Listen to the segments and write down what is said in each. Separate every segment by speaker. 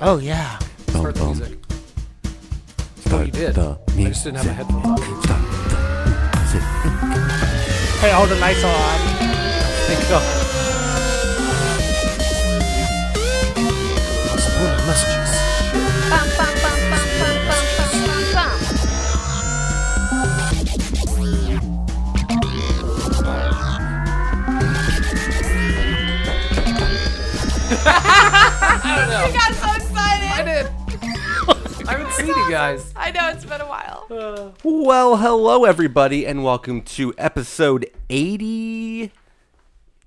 Speaker 1: Oh yeah.
Speaker 2: Bum,
Speaker 3: Start the
Speaker 2: bum.
Speaker 3: music.
Speaker 2: Start
Speaker 3: you did.
Speaker 2: The
Speaker 3: I just didn't have my
Speaker 2: music.
Speaker 3: headphones on.
Speaker 2: Start the music.
Speaker 1: Hey, all the lights are on.
Speaker 3: Thank God. Spoiler messages.
Speaker 4: Bum, bum, bum, bum, bum, bum, bum, bum, bum.
Speaker 5: I got so excited. I did.
Speaker 3: I haven't seen you guys.
Speaker 5: I know it's been a while.
Speaker 2: Well, hello everybody, and welcome to episode eighty.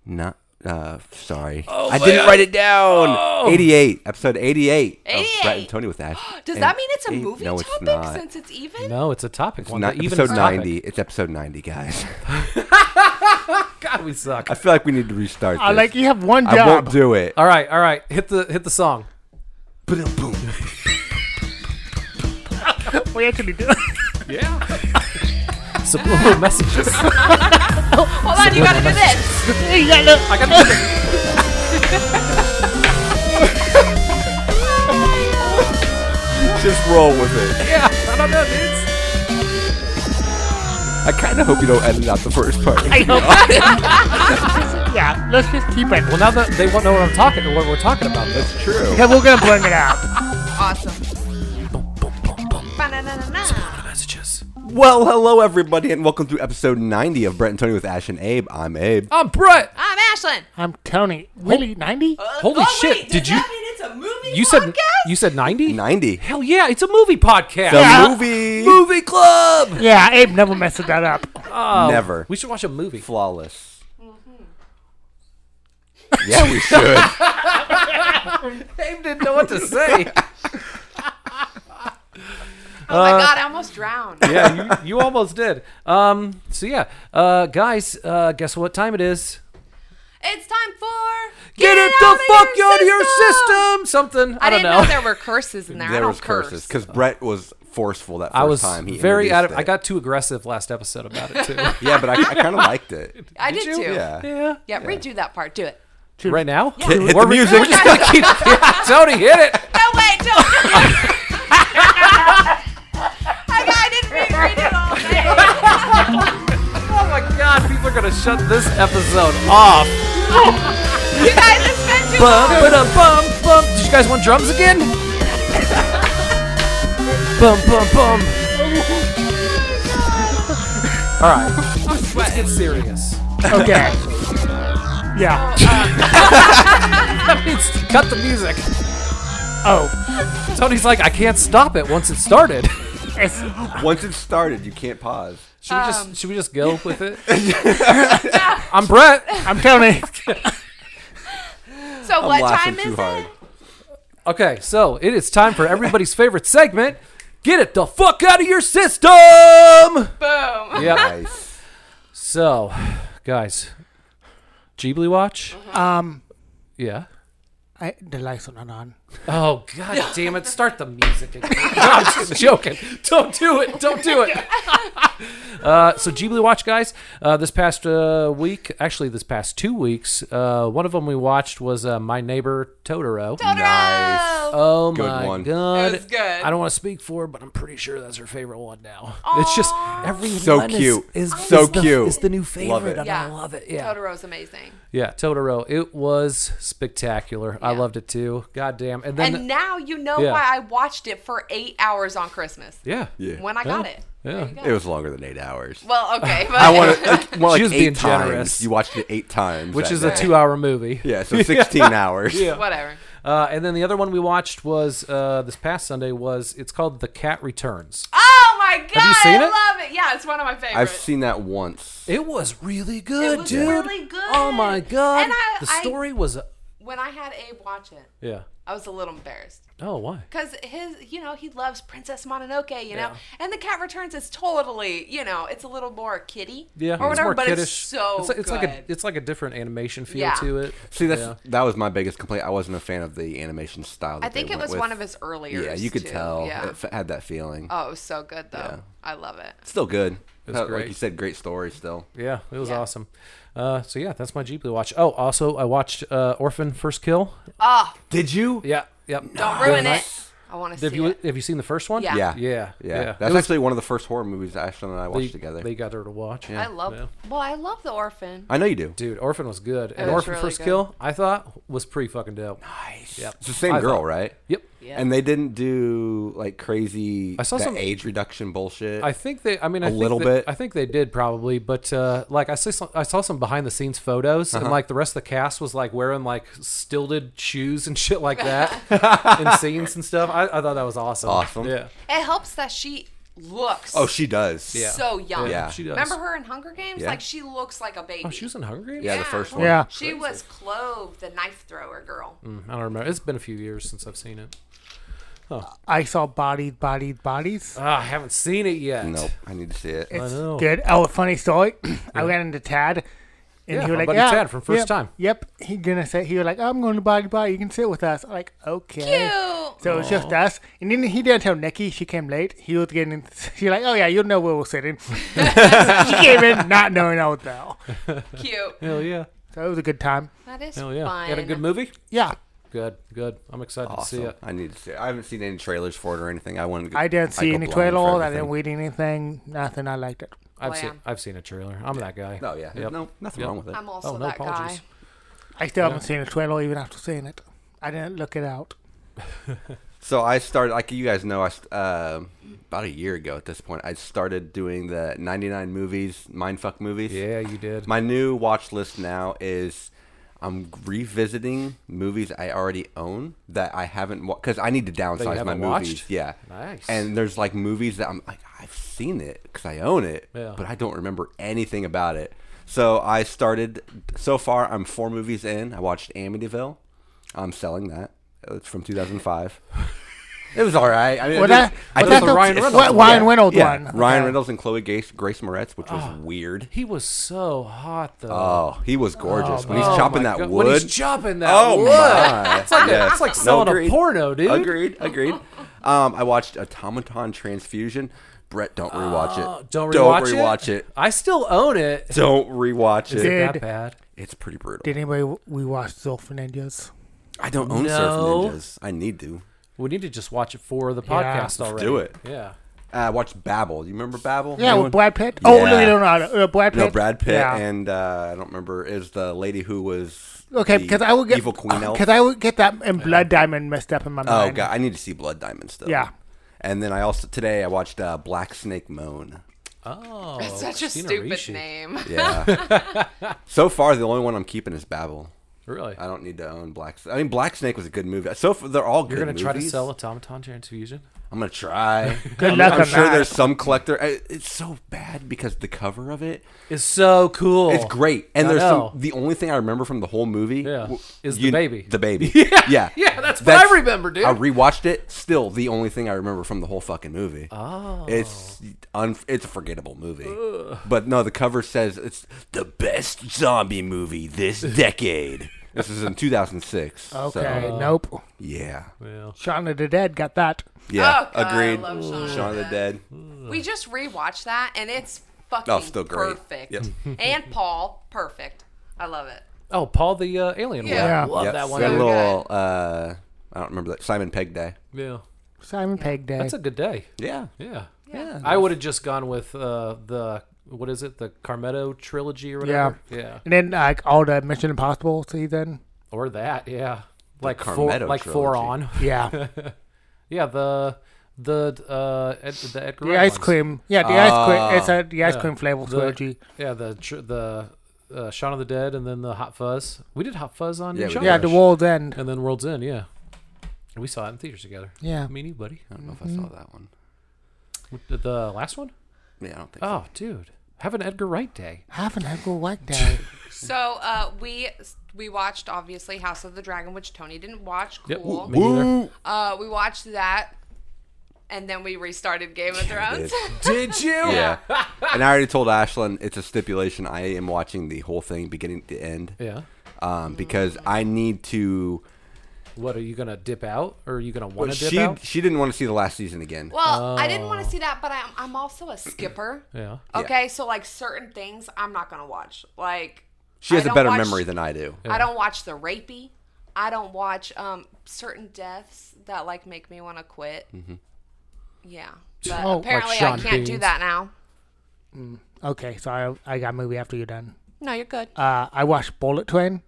Speaker 2: Not uh, sorry, I didn't write it down. Eighty-eight, episode eighty-eight. of Brett and
Speaker 5: 88.
Speaker 2: Tony with Ash.
Speaker 5: Does
Speaker 2: And
Speaker 5: that mean it's a
Speaker 2: eight-
Speaker 5: movie
Speaker 2: no,
Speaker 5: topic
Speaker 2: It's not.
Speaker 5: since it's even?
Speaker 3: No, it's a topic
Speaker 2: It's
Speaker 3: one.
Speaker 2: not
Speaker 3: that even
Speaker 2: episode
Speaker 3: is a topic.
Speaker 2: ninety. It's episode ninety, guys.
Speaker 3: God, we suck.
Speaker 2: I feel like we need to restart.
Speaker 1: I
Speaker 2: this.
Speaker 1: like you have one job.
Speaker 2: I won't do it.
Speaker 3: All right, all right. Hit the hit the song.
Speaker 2: Boom.
Speaker 1: We actually do. it.
Speaker 3: Subliminal messages.
Speaker 5: Hold on, you gotta do this.
Speaker 1: you got look.
Speaker 3: I gotta do this.
Speaker 2: Just roll with it.
Speaker 3: Yeah, I don't know, dudes.
Speaker 2: I kind of hope you don't edit out the first part.
Speaker 1: I hope. yeah, let's just keep it.
Speaker 3: Well, now that they won't know what I'm talking, what we're talking about. Though.
Speaker 2: That's true.
Speaker 1: Yeah, we're gonna blend it out.
Speaker 5: Awesome.
Speaker 3: Boom, boom, boom, boom.
Speaker 5: Ba-na-na-na-na.
Speaker 3: Messages.
Speaker 2: Well, hello everybody, and welcome to episode ninety of Brett and Tony with Ash and Abe. I'm Abe.
Speaker 3: I'm Um, Brett.
Speaker 5: I'm Ashlyn. Oh,
Speaker 1: I'm Tony. Really, ninety?
Speaker 3: Holy shit! did you?
Speaker 5: It's a movie.
Speaker 3: You said you said ninety.
Speaker 2: Ninety.
Speaker 3: Hell yeah! It's a movie podcast.
Speaker 2: The
Speaker 1: Yeah.
Speaker 2: movie.
Speaker 3: Movie club.
Speaker 1: Yeah, Abe never messes that up.
Speaker 2: Never. Mm-hmm.
Speaker 3: We should watch a movie.
Speaker 2: Oh. flawless. Yeah, we should.
Speaker 3: Dave didn't know what to say.
Speaker 5: Oh
Speaker 3: uh,
Speaker 5: my god, I almost drowned.
Speaker 3: yeah, you, you almost did. Um, so yeah, uh, guys, uh, guess what time it is?
Speaker 5: It's time for
Speaker 3: Get, it the
Speaker 5: out of
Speaker 3: fuck out of your
Speaker 5: system.
Speaker 3: system. Something I,
Speaker 5: I,
Speaker 3: don't
Speaker 5: didn't know. there were curses in there. I
Speaker 2: there
Speaker 5: don't
Speaker 2: was
Speaker 5: curse.
Speaker 2: curses because Brett was forceful that first
Speaker 3: I was
Speaker 2: time. He
Speaker 3: very out of.
Speaker 2: introduced
Speaker 3: I
Speaker 2: it.
Speaker 3: got too aggressive last episode about it too.
Speaker 2: Yeah, but I, I kind of liked it.
Speaker 5: I did, too.
Speaker 2: Yeah.
Speaker 3: yeah.
Speaker 5: Yeah, redo that part. Do it.
Speaker 3: Right now.
Speaker 2: Hit, hit the
Speaker 3: We're-
Speaker 2: music.
Speaker 3: We're just gonna keep. Yeah, Tony, hit it.
Speaker 5: No, wait, don't. I, I didn't reread it all. Day.
Speaker 3: Oh my God, people are gonna shut this episode off.
Speaker 5: You guys, it's been too
Speaker 3: Bum,
Speaker 5: long.
Speaker 3: ba-dum, bum, bum. Did you guys want drums again? bum, bum, bum. All right, let's get serious.
Speaker 1: Okay. Yeah.
Speaker 3: That means cut the music.
Speaker 1: Oh,
Speaker 3: Tony's like, I can't stop it once it started.
Speaker 1: it's
Speaker 2: Once it started, you can't pause.
Speaker 3: Should we just should we just go with it? I'm Brett.
Speaker 1: I'm Tony.
Speaker 5: So
Speaker 2: I'm
Speaker 5: what
Speaker 2: laughing
Speaker 5: time
Speaker 2: too
Speaker 5: is
Speaker 2: hard.
Speaker 5: it?
Speaker 3: Okay, so it is time for everybody's favorite segment. Get it the fuck out of your system.
Speaker 5: Boom.
Speaker 3: Yep.
Speaker 2: Nice.
Speaker 3: So, guys, Ghibli watch.
Speaker 1: Um,
Speaker 3: Yeah.
Speaker 1: I, the lights are not on.
Speaker 3: Oh god damn it! Start the music again. No, I'm just joking. Don't do it. Don't do it. Uh, so Ghibli Watch guys, uh, this past uh, week, actually this past two weeks, uh, one of them we watched was uh, My Neighbor Totoro.
Speaker 2: Nice.
Speaker 3: Oh
Speaker 2: Good
Speaker 3: my
Speaker 2: one.
Speaker 3: god!
Speaker 5: It was good.
Speaker 3: I don't want to speak for, her, but I'm pretty sure that's her favorite one now. It's just every
Speaker 2: So
Speaker 3: one is-
Speaker 2: cute.
Speaker 3: Is, is
Speaker 2: So
Speaker 3: the,
Speaker 2: cute.
Speaker 3: Is the new
Speaker 2: Love it.
Speaker 3: favorite. and I
Speaker 5: Yeah.
Speaker 3: love it. Yeah.
Speaker 5: Totoro's amazing.
Speaker 3: Yeah, Totoro. It was spectacular. I
Speaker 5: Yeah.
Speaker 3: loved it too. God damn. And then
Speaker 5: And now you know
Speaker 3: Yeah.
Speaker 5: why I watched it for eight hours on Christmas
Speaker 3: yeah.
Speaker 2: Yeah.
Speaker 5: when I got it.
Speaker 3: Yeah.
Speaker 2: It was longer than eight hours.
Speaker 5: Well, okay, but
Speaker 2: I want to. Like, more like
Speaker 3: She was
Speaker 2: eight
Speaker 3: being
Speaker 2: times.
Speaker 3: generous.
Speaker 2: You watched it eight times,
Speaker 3: Which
Speaker 2: that
Speaker 3: is a
Speaker 2: day.
Speaker 3: two-hour movie.
Speaker 2: Yeah, so sixteen hours. Yeah.
Speaker 5: whatever.
Speaker 3: Uh, and then the other one we watched was uh, this past Sunday was it's called The Cat Returns.
Speaker 5: Oh my god,
Speaker 3: you seen
Speaker 5: I
Speaker 3: it?
Speaker 5: love it. Yeah, it's one of my favorites.
Speaker 2: I've seen that once.
Speaker 3: It was really good,
Speaker 5: It was
Speaker 3: dude.
Speaker 5: really good.
Speaker 3: Oh my god.
Speaker 5: And I-
Speaker 3: the
Speaker 5: I-
Speaker 3: story was uh,
Speaker 5: when I had Abe watch it,
Speaker 3: yeah.
Speaker 5: I was a little embarrassed.
Speaker 3: Oh why?
Speaker 5: Because his, you know, he loves Princess Mononoke, you know,
Speaker 3: Yeah.
Speaker 5: and The Cat Returns is totally, you know, it's a little more kitty,
Speaker 3: Yeah.
Speaker 5: or whatever.
Speaker 3: it's more
Speaker 5: but
Speaker 3: kiddish.
Speaker 5: it's so
Speaker 3: it's, like, it's like a
Speaker 5: good.
Speaker 3: it's like a different animation feel
Speaker 5: Yeah.
Speaker 3: to it.
Speaker 2: See, that's
Speaker 3: Yeah.
Speaker 2: that was my biggest complaint. I wasn't a fan of the animation style. That
Speaker 5: I think
Speaker 2: they
Speaker 5: it
Speaker 2: went
Speaker 5: was
Speaker 2: with.
Speaker 5: one of his earlier.
Speaker 2: Yeah, you could tell.
Speaker 5: Yeah.
Speaker 2: It f- had that feeling.
Speaker 5: oh, it was so good though.
Speaker 2: Yeah.
Speaker 5: I love it.
Speaker 2: Still good.
Speaker 3: was
Speaker 2: Uh,
Speaker 3: great.
Speaker 2: Like you said, great story still.
Speaker 3: Yeah, it was
Speaker 5: Yeah.
Speaker 3: awesome. Uh, so yeah, that's my Ghibli watch. Oh, also I watched uh, Orphan First Kill.
Speaker 5: Oh,
Speaker 2: Did you?
Speaker 3: Yeah, Yep.
Speaker 5: Don't ruin
Speaker 3: Yeah.
Speaker 5: it. I want to
Speaker 3: Have
Speaker 5: see
Speaker 3: you
Speaker 5: it.
Speaker 3: have you seen the first one?
Speaker 5: Yeah.
Speaker 2: Yeah.
Speaker 3: Yeah.
Speaker 2: Yeah.
Speaker 3: Yeah.
Speaker 2: That's
Speaker 3: It was-
Speaker 2: actually one of the first horror movies Ashlyn and I
Speaker 3: They,
Speaker 2: watched together.
Speaker 3: they got her to watch.
Speaker 5: I love.
Speaker 3: Yeah.
Speaker 5: Well, I love the orphan.
Speaker 2: I know you do.
Speaker 3: Dude, Orphan was good, and
Speaker 5: was
Speaker 3: Orphan
Speaker 5: really
Speaker 3: First
Speaker 5: good.
Speaker 3: Kill, I thought was pretty fucking dope.
Speaker 2: Nice.
Speaker 3: Yep.
Speaker 2: It's the same
Speaker 3: I
Speaker 2: girl,
Speaker 3: thought-
Speaker 2: right?
Speaker 3: Yep.
Speaker 5: Yeah.
Speaker 2: And they didn't do like crazy
Speaker 3: I saw
Speaker 2: that
Speaker 3: some-
Speaker 2: age reduction bullshit.
Speaker 3: I think they. I mean, I
Speaker 2: A
Speaker 3: think
Speaker 2: little
Speaker 3: they-
Speaker 2: bit.
Speaker 3: I think they did probably, but uh, like I saw, some, I saw some behind the scenes photos,
Speaker 2: Uh-huh.
Speaker 3: and like the rest of the cast was like wearing like stilted shoes and shit like that in scenes and stuff. I, I thought that was awesome.
Speaker 2: Awesome.
Speaker 3: Yeah.
Speaker 5: It helps that she looks.
Speaker 2: oh, she does.
Speaker 3: Yeah.
Speaker 5: so young.
Speaker 2: Yeah.
Speaker 3: She does.
Speaker 5: Remember her in Hunger Games?
Speaker 2: Yeah.
Speaker 5: Like she looks like a baby.
Speaker 3: Oh, she was in Hunger Games.
Speaker 2: Yeah, the
Speaker 5: Yeah.
Speaker 2: first one.
Speaker 1: Yeah.
Speaker 5: She was Clove, the knife thrower girl.
Speaker 3: Hmm, I don't remember. It's been a few years since I've seen it.
Speaker 1: I saw Bodied, Bodied, Bodies.
Speaker 3: Ah, I haven't seen it yet.
Speaker 2: Nope. I need to see it.
Speaker 1: It's
Speaker 3: know.
Speaker 1: good. Oh, a funny story. I ran into Tad. And he
Speaker 3: Yeah,
Speaker 1: was
Speaker 3: my
Speaker 1: like,
Speaker 3: buddy
Speaker 1: yeah,
Speaker 3: Tad from First
Speaker 1: yep,
Speaker 3: Time.
Speaker 1: Yep, he gonna say he was like, "I'm going to body body. You can sit with us." I'm like, okay.
Speaker 5: Cute.
Speaker 1: So it was just us, and then he didn't tell Nikki. She came late. He was getting. In, she like, "Oh yeah, you'll know where we're sitting." she came in not knowing I was there.
Speaker 5: Cute.
Speaker 3: Hell yeah.
Speaker 1: So it was a good time.
Speaker 5: That is
Speaker 3: Hell yeah.
Speaker 5: fun.
Speaker 3: Got a good movie.
Speaker 1: Yeah,
Speaker 3: Good. Good. I'm excited to see
Speaker 2: Awesome.
Speaker 3: it.
Speaker 2: I need to see it. I haven't seen any trailers for it or anything. I wanted to. Go,
Speaker 1: I didn't
Speaker 2: go
Speaker 1: see any
Speaker 2: blind for
Speaker 1: trailer. I didn't
Speaker 2: everything.
Speaker 1: read anything. Nothing. I liked it.
Speaker 3: I've
Speaker 5: Oh,
Speaker 3: seen.
Speaker 5: yeah.
Speaker 3: I've seen a trailer. I'm that guy.
Speaker 2: No, yeah.
Speaker 3: Yep.
Speaker 2: No, nothing
Speaker 3: Yep.
Speaker 2: wrong with it.
Speaker 5: I'm also
Speaker 3: Oh, no,
Speaker 5: that
Speaker 3: apologies.
Speaker 5: guy.
Speaker 1: I still haven't seen a trailer even after seeing it. I didn't look it out.
Speaker 2: So I started, like you guys know, I st- um about a year ago at this point, I started doing the 99 movies, mindfuck movies.
Speaker 3: Yeah, you did.
Speaker 2: My new watch list now is I'm revisiting movies I already own that I haven't watched because I need to downsize my
Speaker 3: haven't
Speaker 2: movies.
Speaker 3: watched?
Speaker 2: Yeah,
Speaker 3: Nice.
Speaker 2: And there's like movies that I'm like I've seen it because I own it,
Speaker 3: Yeah.
Speaker 2: but I don't remember anything about it. So I started. So far, I'm four movies in. I watched Amityville. I'm selling that. It's from 2005. It was all right. I mean,
Speaker 1: Well,
Speaker 2: it is-
Speaker 1: that-
Speaker 2: I
Speaker 1: well,
Speaker 2: did-
Speaker 1: that's the Ryan
Speaker 2: it's-
Speaker 1: Reynolds one. Ryan Reynolds
Speaker 2: yeah.
Speaker 1: one.
Speaker 2: Ryan
Speaker 1: Okay. Ah.
Speaker 2: Reynolds and Chloe Grace, Grace Moretz, which was weird.
Speaker 3: He was so hot though.
Speaker 2: Oh, he was gorgeous when he's
Speaker 3: Oh
Speaker 2: chopping
Speaker 3: my
Speaker 2: that
Speaker 3: God.
Speaker 2: wood.
Speaker 3: When he's chopping that
Speaker 2: oh
Speaker 3: wood.
Speaker 2: my!
Speaker 3: It's like, a, it's like selling a porno, dude.
Speaker 2: Agreed. Agreed. Um, I watched Automaton Transfusion. Brett, don't rewatch
Speaker 3: Oh,
Speaker 2: it.
Speaker 3: don't rewatch,
Speaker 2: don't
Speaker 3: it?
Speaker 2: rewatch it.
Speaker 3: I still own it.
Speaker 2: Don't rewatch
Speaker 3: Is
Speaker 2: it.
Speaker 3: it that
Speaker 1: Did-
Speaker 3: bad?
Speaker 2: It's pretty brutal.
Speaker 1: Did anybody w- we watched Zolfin
Speaker 2: I don't own
Speaker 3: No.
Speaker 2: Surf Ninjas. I need to.
Speaker 3: We need to just watch it for the
Speaker 1: Yeah.
Speaker 3: podcast already.
Speaker 2: do it.
Speaker 3: Yeah.
Speaker 2: Uh, I watched Babel. You remember Babel?
Speaker 1: Yeah,
Speaker 2: Anyone?
Speaker 1: with Brad Pitt. Oh, no,
Speaker 2: Yeah.
Speaker 1: no, no, no, Brad Pitt.
Speaker 2: No, Brad Pitt
Speaker 1: Yeah.
Speaker 2: and uh, I don't remember. Is the lady who was
Speaker 1: Okay,
Speaker 2: the
Speaker 1: because I would get
Speaker 2: evil queen elf?
Speaker 1: Because I would get that and Blood Diamond messed up in my
Speaker 2: Oh
Speaker 1: mind.
Speaker 2: god, I need to see Blood Diamond still.
Speaker 1: Yeah.
Speaker 2: And then I also today I watched uh, Black Snake Moan.
Speaker 3: Oh,
Speaker 5: Such a
Speaker 3: Christina
Speaker 5: stupid
Speaker 3: Ricci.
Speaker 5: name.
Speaker 2: Yeah. so far, the only one I'm keeping is Babel.
Speaker 3: Really?
Speaker 2: I don't need to own Black. Snake. I mean, Black Snake was a good movie. So far, they're all good.
Speaker 3: You're gonna try to
Speaker 2: movies.
Speaker 3: sell automaton transfusion?
Speaker 2: I'm gonna try.
Speaker 1: Good
Speaker 2: I'm,
Speaker 1: luck
Speaker 2: I'm
Speaker 1: on
Speaker 2: sure
Speaker 1: that.
Speaker 2: there's some collector. I- It's so bad because the cover of it.
Speaker 3: It's so cool.
Speaker 2: It's great, and
Speaker 3: Oh, I
Speaker 2: there's
Speaker 3: know.
Speaker 2: some, the only thing I remember from the whole movie
Speaker 3: Yeah.
Speaker 2: w-
Speaker 3: Is the baby.
Speaker 2: The baby. Yeah, yeah,
Speaker 3: yeah, that's what I remember, dude.
Speaker 2: I rewatched it. Still, the only thing I remember from the whole fucking movie.
Speaker 3: Oh.
Speaker 2: it's un, it's a forgettable movie. But no, the cover says it's the best zombie movie this decade. this is in 2006.
Speaker 1: Okay,
Speaker 2: So, uh,
Speaker 1: nope.
Speaker 2: yeah.
Speaker 3: Well,
Speaker 1: Shaun of the Dead got that.
Speaker 2: Yeah.
Speaker 5: Oh, God, I
Speaker 2: agreed.
Speaker 5: love Shaun of the
Speaker 2: Shaun of the Dead.
Speaker 5: We just rewatched that and it's fucking
Speaker 2: Oh, still great.
Speaker 5: perfect.
Speaker 2: Yep.
Speaker 5: and Paul, perfect. I love it.
Speaker 3: oh, Paul the uh, alien. one.
Speaker 5: Yeah.
Speaker 3: love
Speaker 2: Yep.
Speaker 3: that one.
Speaker 2: Got a
Speaker 5: So
Speaker 2: little. Uh, I don't remember that. Simon Pegg Day.
Speaker 3: Yeah,
Speaker 1: Simon Pegg Day.
Speaker 3: that's a good day.
Speaker 2: Yeah.
Speaker 3: Yeah,
Speaker 5: Yeah.
Speaker 3: I would have just gone with uh, the what is it, the Carmetto trilogy or whatever. yeah.
Speaker 1: And then like all the Mission Impossible season.
Speaker 3: or that. Yeah, like four,
Speaker 2: Carmetto
Speaker 3: like four
Speaker 2: trilogy.
Speaker 3: on.
Speaker 1: Yeah,
Speaker 3: Yeah, the the uh Ed, the Edgar
Speaker 1: the
Speaker 3: Wright
Speaker 1: ice
Speaker 3: ones.
Speaker 1: cream. Yeah, the ice cream. It's a, the ice
Speaker 2: Ah.
Speaker 1: cream flavor
Speaker 3: The-
Speaker 1: trilogy.
Speaker 3: Yeah, the tr- the uh, Shaun of the Dead, and then the Hot Fuzz. We did Hot Fuzz on
Speaker 2: Yeah, we
Speaker 3: Shaun,
Speaker 2: did.
Speaker 1: Yeah, the World's End.
Speaker 3: and then World's End. Yeah, we saw it in theaters together.
Speaker 1: Yeah.
Speaker 3: meanie buddy.
Speaker 2: I don't know if I saw that one.
Speaker 3: The, the last one?
Speaker 2: Yeah, I don't think.
Speaker 3: Oh, dude, have an Edgar Wright day.
Speaker 1: Have an Edgar White Day.
Speaker 5: So uh, we we watched obviously House of the Dragon, which Tony didn't watch.
Speaker 3: Yep.
Speaker 5: Cool.
Speaker 3: Me neither.
Speaker 5: Uh, we watched that, and then we restarted Game of Thrones.
Speaker 3: Did you?
Speaker 2: Yeah. and I already told Ashlyn it's a stipulation. I am watching the whole thing beginning to end.
Speaker 3: Yeah.
Speaker 2: Um, because I need to.
Speaker 3: What are you gonna dip out, or are you gonna want to dip
Speaker 2: She
Speaker 3: out?
Speaker 2: she didn't want to see the last season again.
Speaker 5: well, I didn't want to see that, but I'm I'm also a skipper.
Speaker 3: Oh. Yeah.
Speaker 5: Okay, so like certain things I'm not gonna watch. Like
Speaker 2: she has
Speaker 5: a
Speaker 2: a better memory than I do.
Speaker 5: I don't watch the rapey. I don't watch um, certain deaths that like make me want to quit.
Speaker 2: Mm-hmm.
Speaker 5: Yeah, but
Speaker 1: Oh, like
Speaker 5: apparently I
Speaker 3: Sean
Speaker 5: can't do
Speaker 3: Bean's.
Speaker 5: that now.
Speaker 1: Okay, so I, I got a movie after you're done.
Speaker 5: No, you're good.
Speaker 1: Uh, I watched Bullet Train.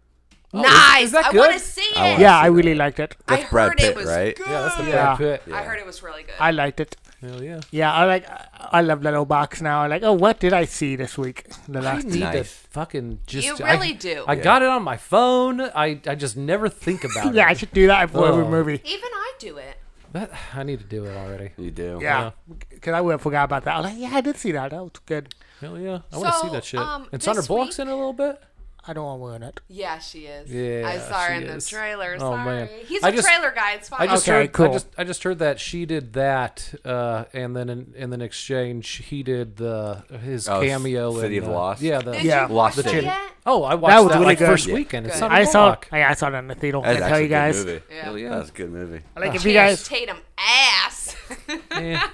Speaker 5: nice.
Speaker 3: oh, is that
Speaker 5: I want to
Speaker 3: good?
Speaker 5: see
Speaker 2: Oh, I wanna
Speaker 5: it.
Speaker 1: yeah,
Speaker 2: see
Speaker 1: I
Speaker 2: that.
Speaker 1: really liked it.
Speaker 5: I
Speaker 2: That's Brad
Speaker 5: heard it
Speaker 2: Pitt,
Speaker 5: was
Speaker 2: right?
Speaker 5: good.
Speaker 3: Yeah, that's the
Speaker 1: Yeah.
Speaker 3: Brad Pitt.
Speaker 5: I heard it was really good.
Speaker 1: I liked it.
Speaker 3: Hell yeah.
Speaker 1: Yeah, I like I love that little box now. I like, oh, what did I see this week? The
Speaker 3: I
Speaker 1: last
Speaker 3: need to
Speaker 2: Nice.
Speaker 3: fucking just.
Speaker 5: You
Speaker 3: I-
Speaker 5: really do.
Speaker 3: I got it on my phone. I, I just never think about
Speaker 1: yeah, I
Speaker 3: it.
Speaker 1: should do that for every
Speaker 3: Oh.
Speaker 1: movie.
Speaker 5: Even I do it.
Speaker 3: That, I need to do it already.
Speaker 2: You do.
Speaker 1: Yeah, because I would have forgot about that. I was like, yeah, I did see that. That was good.
Speaker 3: Hell yeah. I want to see
Speaker 5: So,
Speaker 3: that shit.
Speaker 5: um,
Speaker 3: and Sandra
Speaker 5: this
Speaker 3: Bullock's
Speaker 5: week-
Speaker 3: in it a little bit.
Speaker 1: I don't want to ruin it.
Speaker 5: Yeah, she is.
Speaker 3: Yeah,
Speaker 5: I saw her
Speaker 3: she
Speaker 5: in
Speaker 3: is.
Speaker 5: the trailer.
Speaker 3: Oh,
Speaker 5: Sorry.
Speaker 3: man.
Speaker 5: He's
Speaker 3: I
Speaker 5: a
Speaker 3: just-
Speaker 5: trailer guy. It's fine.
Speaker 3: I just
Speaker 1: Okay,
Speaker 3: heard.
Speaker 1: cool.
Speaker 3: I just I just heard that she did that, uh, and then in, in the exchange he did the his
Speaker 2: Oh,
Speaker 3: cameo.
Speaker 2: City
Speaker 3: in,
Speaker 2: of
Speaker 3: uh,
Speaker 2: Lost.
Speaker 3: Yeah. The,
Speaker 5: Did
Speaker 1: Yeah.
Speaker 5: you
Speaker 2: Lost
Speaker 5: watch that
Speaker 2: City.
Speaker 5: yet?
Speaker 3: Oh, I watched
Speaker 1: That
Speaker 3: that,
Speaker 1: was really
Speaker 3: like
Speaker 1: good.
Speaker 3: first
Speaker 2: Yeah.
Speaker 3: weekend. It's
Speaker 5: Good.
Speaker 3: not a
Speaker 1: I saw.
Speaker 3: block.
Speaker 1: Yeah, I saw it in the theater. I
Speaker 2: That's
Speaker 1: tell
Speaker 2: actually
Speaker 1: you guys.
Speaker 2: a good movie.
Speaker 5: Yeah.
Speaker 3: Hell yeah.
Speaker 2: That's a good movie.
Speaker 1: Like
Speaker 3: Oh,
Speaker 1: if you
Speaker 5: Channing
Speaker 1: guys,
Speaker 5: Tatum ass.
Speaker 3: Yeah.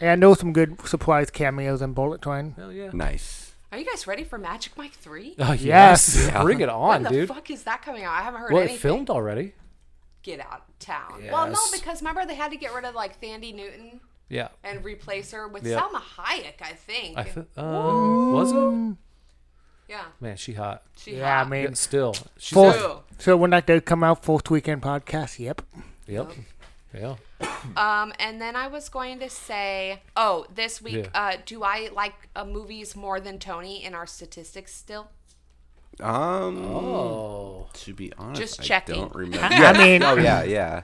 Speaker 1: and I know some good surprise cameos in Bullet Train.
Speaker 3: Hell yeah.
Speaker 2: Nice.
Speaker 5: Are you guys ready for Magic Mike 3?
Speaker 3: Oh,
Speaker 1: Yes.
Speaker 3: yes. Bring it on,
Speaker 5: When the
Speaker 3: dude.
Speaker 5: fuck is that coming out? I haven't heard
Speaker 3: Well, it
Speaker 5: anything.
Speaker 3: filmed already.
Speaker 5: Get out of town. Well, no,
Speaker 3: Yes.
Speaker 5: because remember they had to get rid of like Thandi Newton
Speaker 3: Yeah.
Speaker 5: and replace her with
Speaker 3: Yeah.
Speaker 5: Salma Hayek, I think.
Speaker 3: I th- uh, was it?
Speaker 5: yeah.
Speaker 3: Man, she hot.
Speaker 5: She
Speaker 1: Yeah, I
Speaker 5: hot.
Speaker 1: mean,
Speaker 3: Yeah, still, she's
Speaker 1: fourth.
Speaker 5: Ooh.
Speaker 1: So when that does come out, fourth weekend podcast. Yep.
Speaker 3: Yep. Yeah.
Speaker 5: Um, and then I was going to say, oh, this week,
Speaker 3: Yeah.
Speaker 5: uh, do I like uh, movies more than Tony in our statistics still?
Speaker 2: Um,
Speaker 3: Oh.
Speaker 2: to be honest,
Speaker 5: Just
Speaker 2: I
Speaker 5: checking.
Speaker 2: don't remember.
Speaker 1: I mean,
Speaker 2: oh yeah, yeah.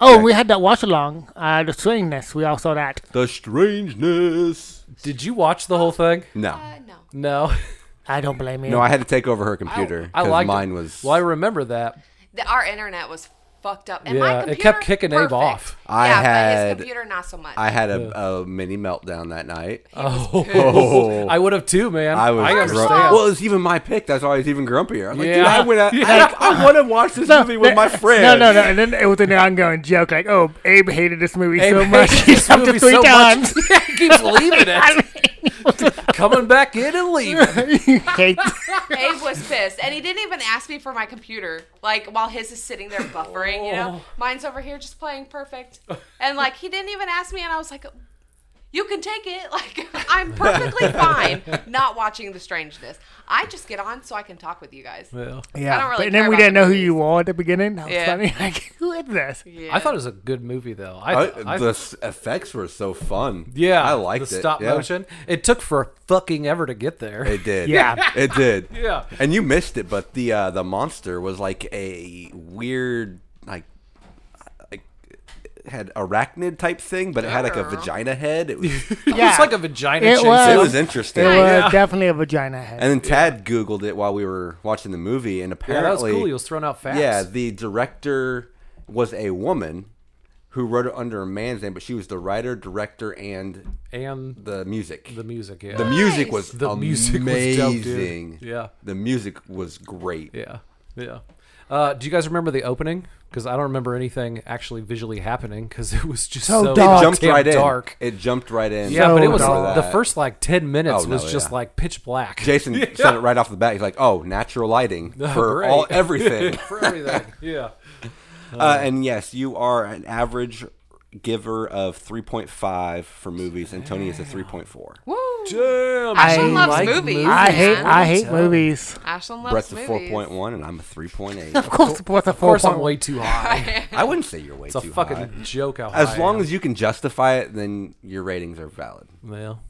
Speaker 1: oh, and we had that watch along. Uh, the strangeness. We all saw that.
Speaker 2: The strangeness.
Speaker 3: Did you watch the whole thing?
Speaker 2: No,
Speaker 5: Uh, no.
Speaker 3: No.
Speaker 1: I don't blame you.
Speaker 2: no, I had to take over her computer
Speaker 3: I
Speaker 2: because
Speaker 3: liked
Speaker 2: mine
Speaker 3: it.
Speaker 2: was.
Speaker 3: Well, I remember that.
Speaker 5: The, our internet was fucked up. And
Speaker 3: Yeah,
Speaker 5: my
Speaker 3: it
Speaker 5: computer,
Speaker 3: kept kicking Abe
Speaker 5: perfect.
Speaker 3: off.
Speaker 2: I
Speaker 5: yeah, but
Speaker 2: had-
Speaker 5: his computer not so much.
Speaker 2: I had a, a mini meltdown that night.
Speaker 3: Oh.
Speaker 2: Oh.
Speaker 3: I would have too, man.
Speaker 2: I was.
Speaker 3: understand.
Speaker 2: grum- well, it was even my pick. That's why I was even grumpier. I'm like, dude,
Speaker 3: Yeah.
Speaker 2: I went. Out, I, I want to watch this movie with my friends.
Speaker 1: No, no, no. And then it was an ongoing joke, like, "Oh, Abe hated this movie
Speaker 3: Abe
Speaker 1: so much,
Speaker 3: hated
Speaker 1: he
Speaker 3: this
Speaker 1: jumped it
Speaker 3: movie
Speaker 1: three
Speaker 3: so much.
Speaker 1: times."
Speaker 3: Yeah, he keeps leaving
Speaker 1: I
Speaker 3: it,
Speaker 1: mean,
Speaker 3: coming back in and leaving.
Speaker 1: okay.
Speaker 5: Abe was pissed, and he didn't even ask me for my computer. Like while his is sitting there buffering, you know,
Speaker 3: Oh.
Speaker 5: mine's over here just playing perfect, and like he didn't even ask me, and I was like, "You can take it. Like I'm perfectly fine not watching The Strangeness. I just get on so I can talk with you guys."
Speaker 3: Well,
Speaker 1: yeah.
Speaker 5: I don't really
Speaker 1: and then
Speaker 5: care
Speaker 1: we
Speaker 5: about
Speaker 1: didn't
Speaker 5: the
Speaker 1: know who
Speaker 5: movies.
Speaker 1: you were at the beginning. That was
Speaker 5: Yeah.
Speaker 1: funny. Like, who is this?
Speaker 5: Yeah.
Speaker 3: I thought it was a good movie, though. I,
Speaker 2: I,
Speaker 3: I-
Speaker 2: the s- effects were so fun.
Speaker 3: yeah,
Speaker 2: I liked
Speaker 3: the
Speaker 2: it.
Speaker 3: stop
Speaker 2: yeah.
Speaker 3: motion. It took for fucking ever to get there.
Speaker 2: It did.
Speaker 1: Yeah.
Speaker 2: it did.
Speaker 3: Yeah.
Speaker 2: and you missed it, but the uh, the monster was like a weird like like had arachnid type thing, but it had like a
Speaker 5: Oh.
Speaker 2: vagina head. It was
Speaker 3: It
Speaker 1: Yeah.
Speaker 3: was like a vagina.
Speaker 1: It
Speaker 3: chasing
Speaker 1: was.
Speaker 2: it
Speaker 3: him.
Speaker 2: was interesting.
Speaker 1: It
Speaker 3: Yeah.
Speaker 1: was definitely a vagina head.
Speaker 2: And then Tad googled it while we were watching the movie, and
Speaker 3: Yeah, that was
Speaker 2: apparently,
Speaker 3: cool. He was thrown out fast.
Speaker 2: yeah, the director was a woman who wrote it under a man's name, but she was the writer, director, and
Speaker 3: and
Speaker 2: the music.
Speaker 3: the music. Yeah,
Speaker 2: The music was
Speaker 3: The music
Speaker 2: amazing.
Speaker 3: was dope, dude. Yeah.
Speaker 2: the music was great.
Speaker 3: yeah, yeah. Uh, do you guys remember the opening? Because I don't remember anything actually visually happening because it was just
Speaker 1: So
Speaker 3: so,
Speaker 1: dark.
Speaker 2: It
Speaker 1: Oh,
Speaker 2: jumped
Speaker 3: goddamn
Speaker 2: right
Speaker 3: dark.
Speaker 2: in. It jumped right in.
Speaker 3: Yeah,
Speaker 1: So
Speaker 3: but it was
Speaker 1: dark.
Speaker 3: the first like ten minutes
Speaker 2: Oh,
Speaker 3: was
Speaker 2: no,
Speaker 3: just
Speaker 2: yeah.
Speaker 3: like pitch black.
Speaker 2: Jason said it right off the bat. He's like, "Oh, natural lighting for
Speaker 3: Oh, Great.
Speaker 2: all everything."
Speaker 3: for everything. Yeah.
Speaker 2: uh, and yes, you are an average giver of 3.5 for movies, and Tony is a 3.4.
Speaker 3: Damn.
Speaker 1: I-
Speaker 5: Ashlyn loves
Speaker 1: like
Speaker 5: movies.
Speaker 1: I hate
Speaker 5: man.
Speaker 1: I hate movies.
Speaker 5: Ashlyn loves
Speaker 2: Brett's a
Speaker 5: movies.
Speaker 2: 4.1, and I'm a
Speaker 1: Of
Speaker 2: 3.8.
Speaker 1: course, what's a
Speaker 3: Of
Speaker 1: four
Speaker 3: course, I'm
Speaker 1: point?
Speaker 3: way too high.
Speaker 2: I wouldn't say you're way
Speaker 3: It's a
Speaker 2: too
Speaker 3: fucking
Speaker 2: high.
Speaker 3: joke. How
Speaker 2: As long as you can justify it, then your ratings are valid.
Speaker 3: well,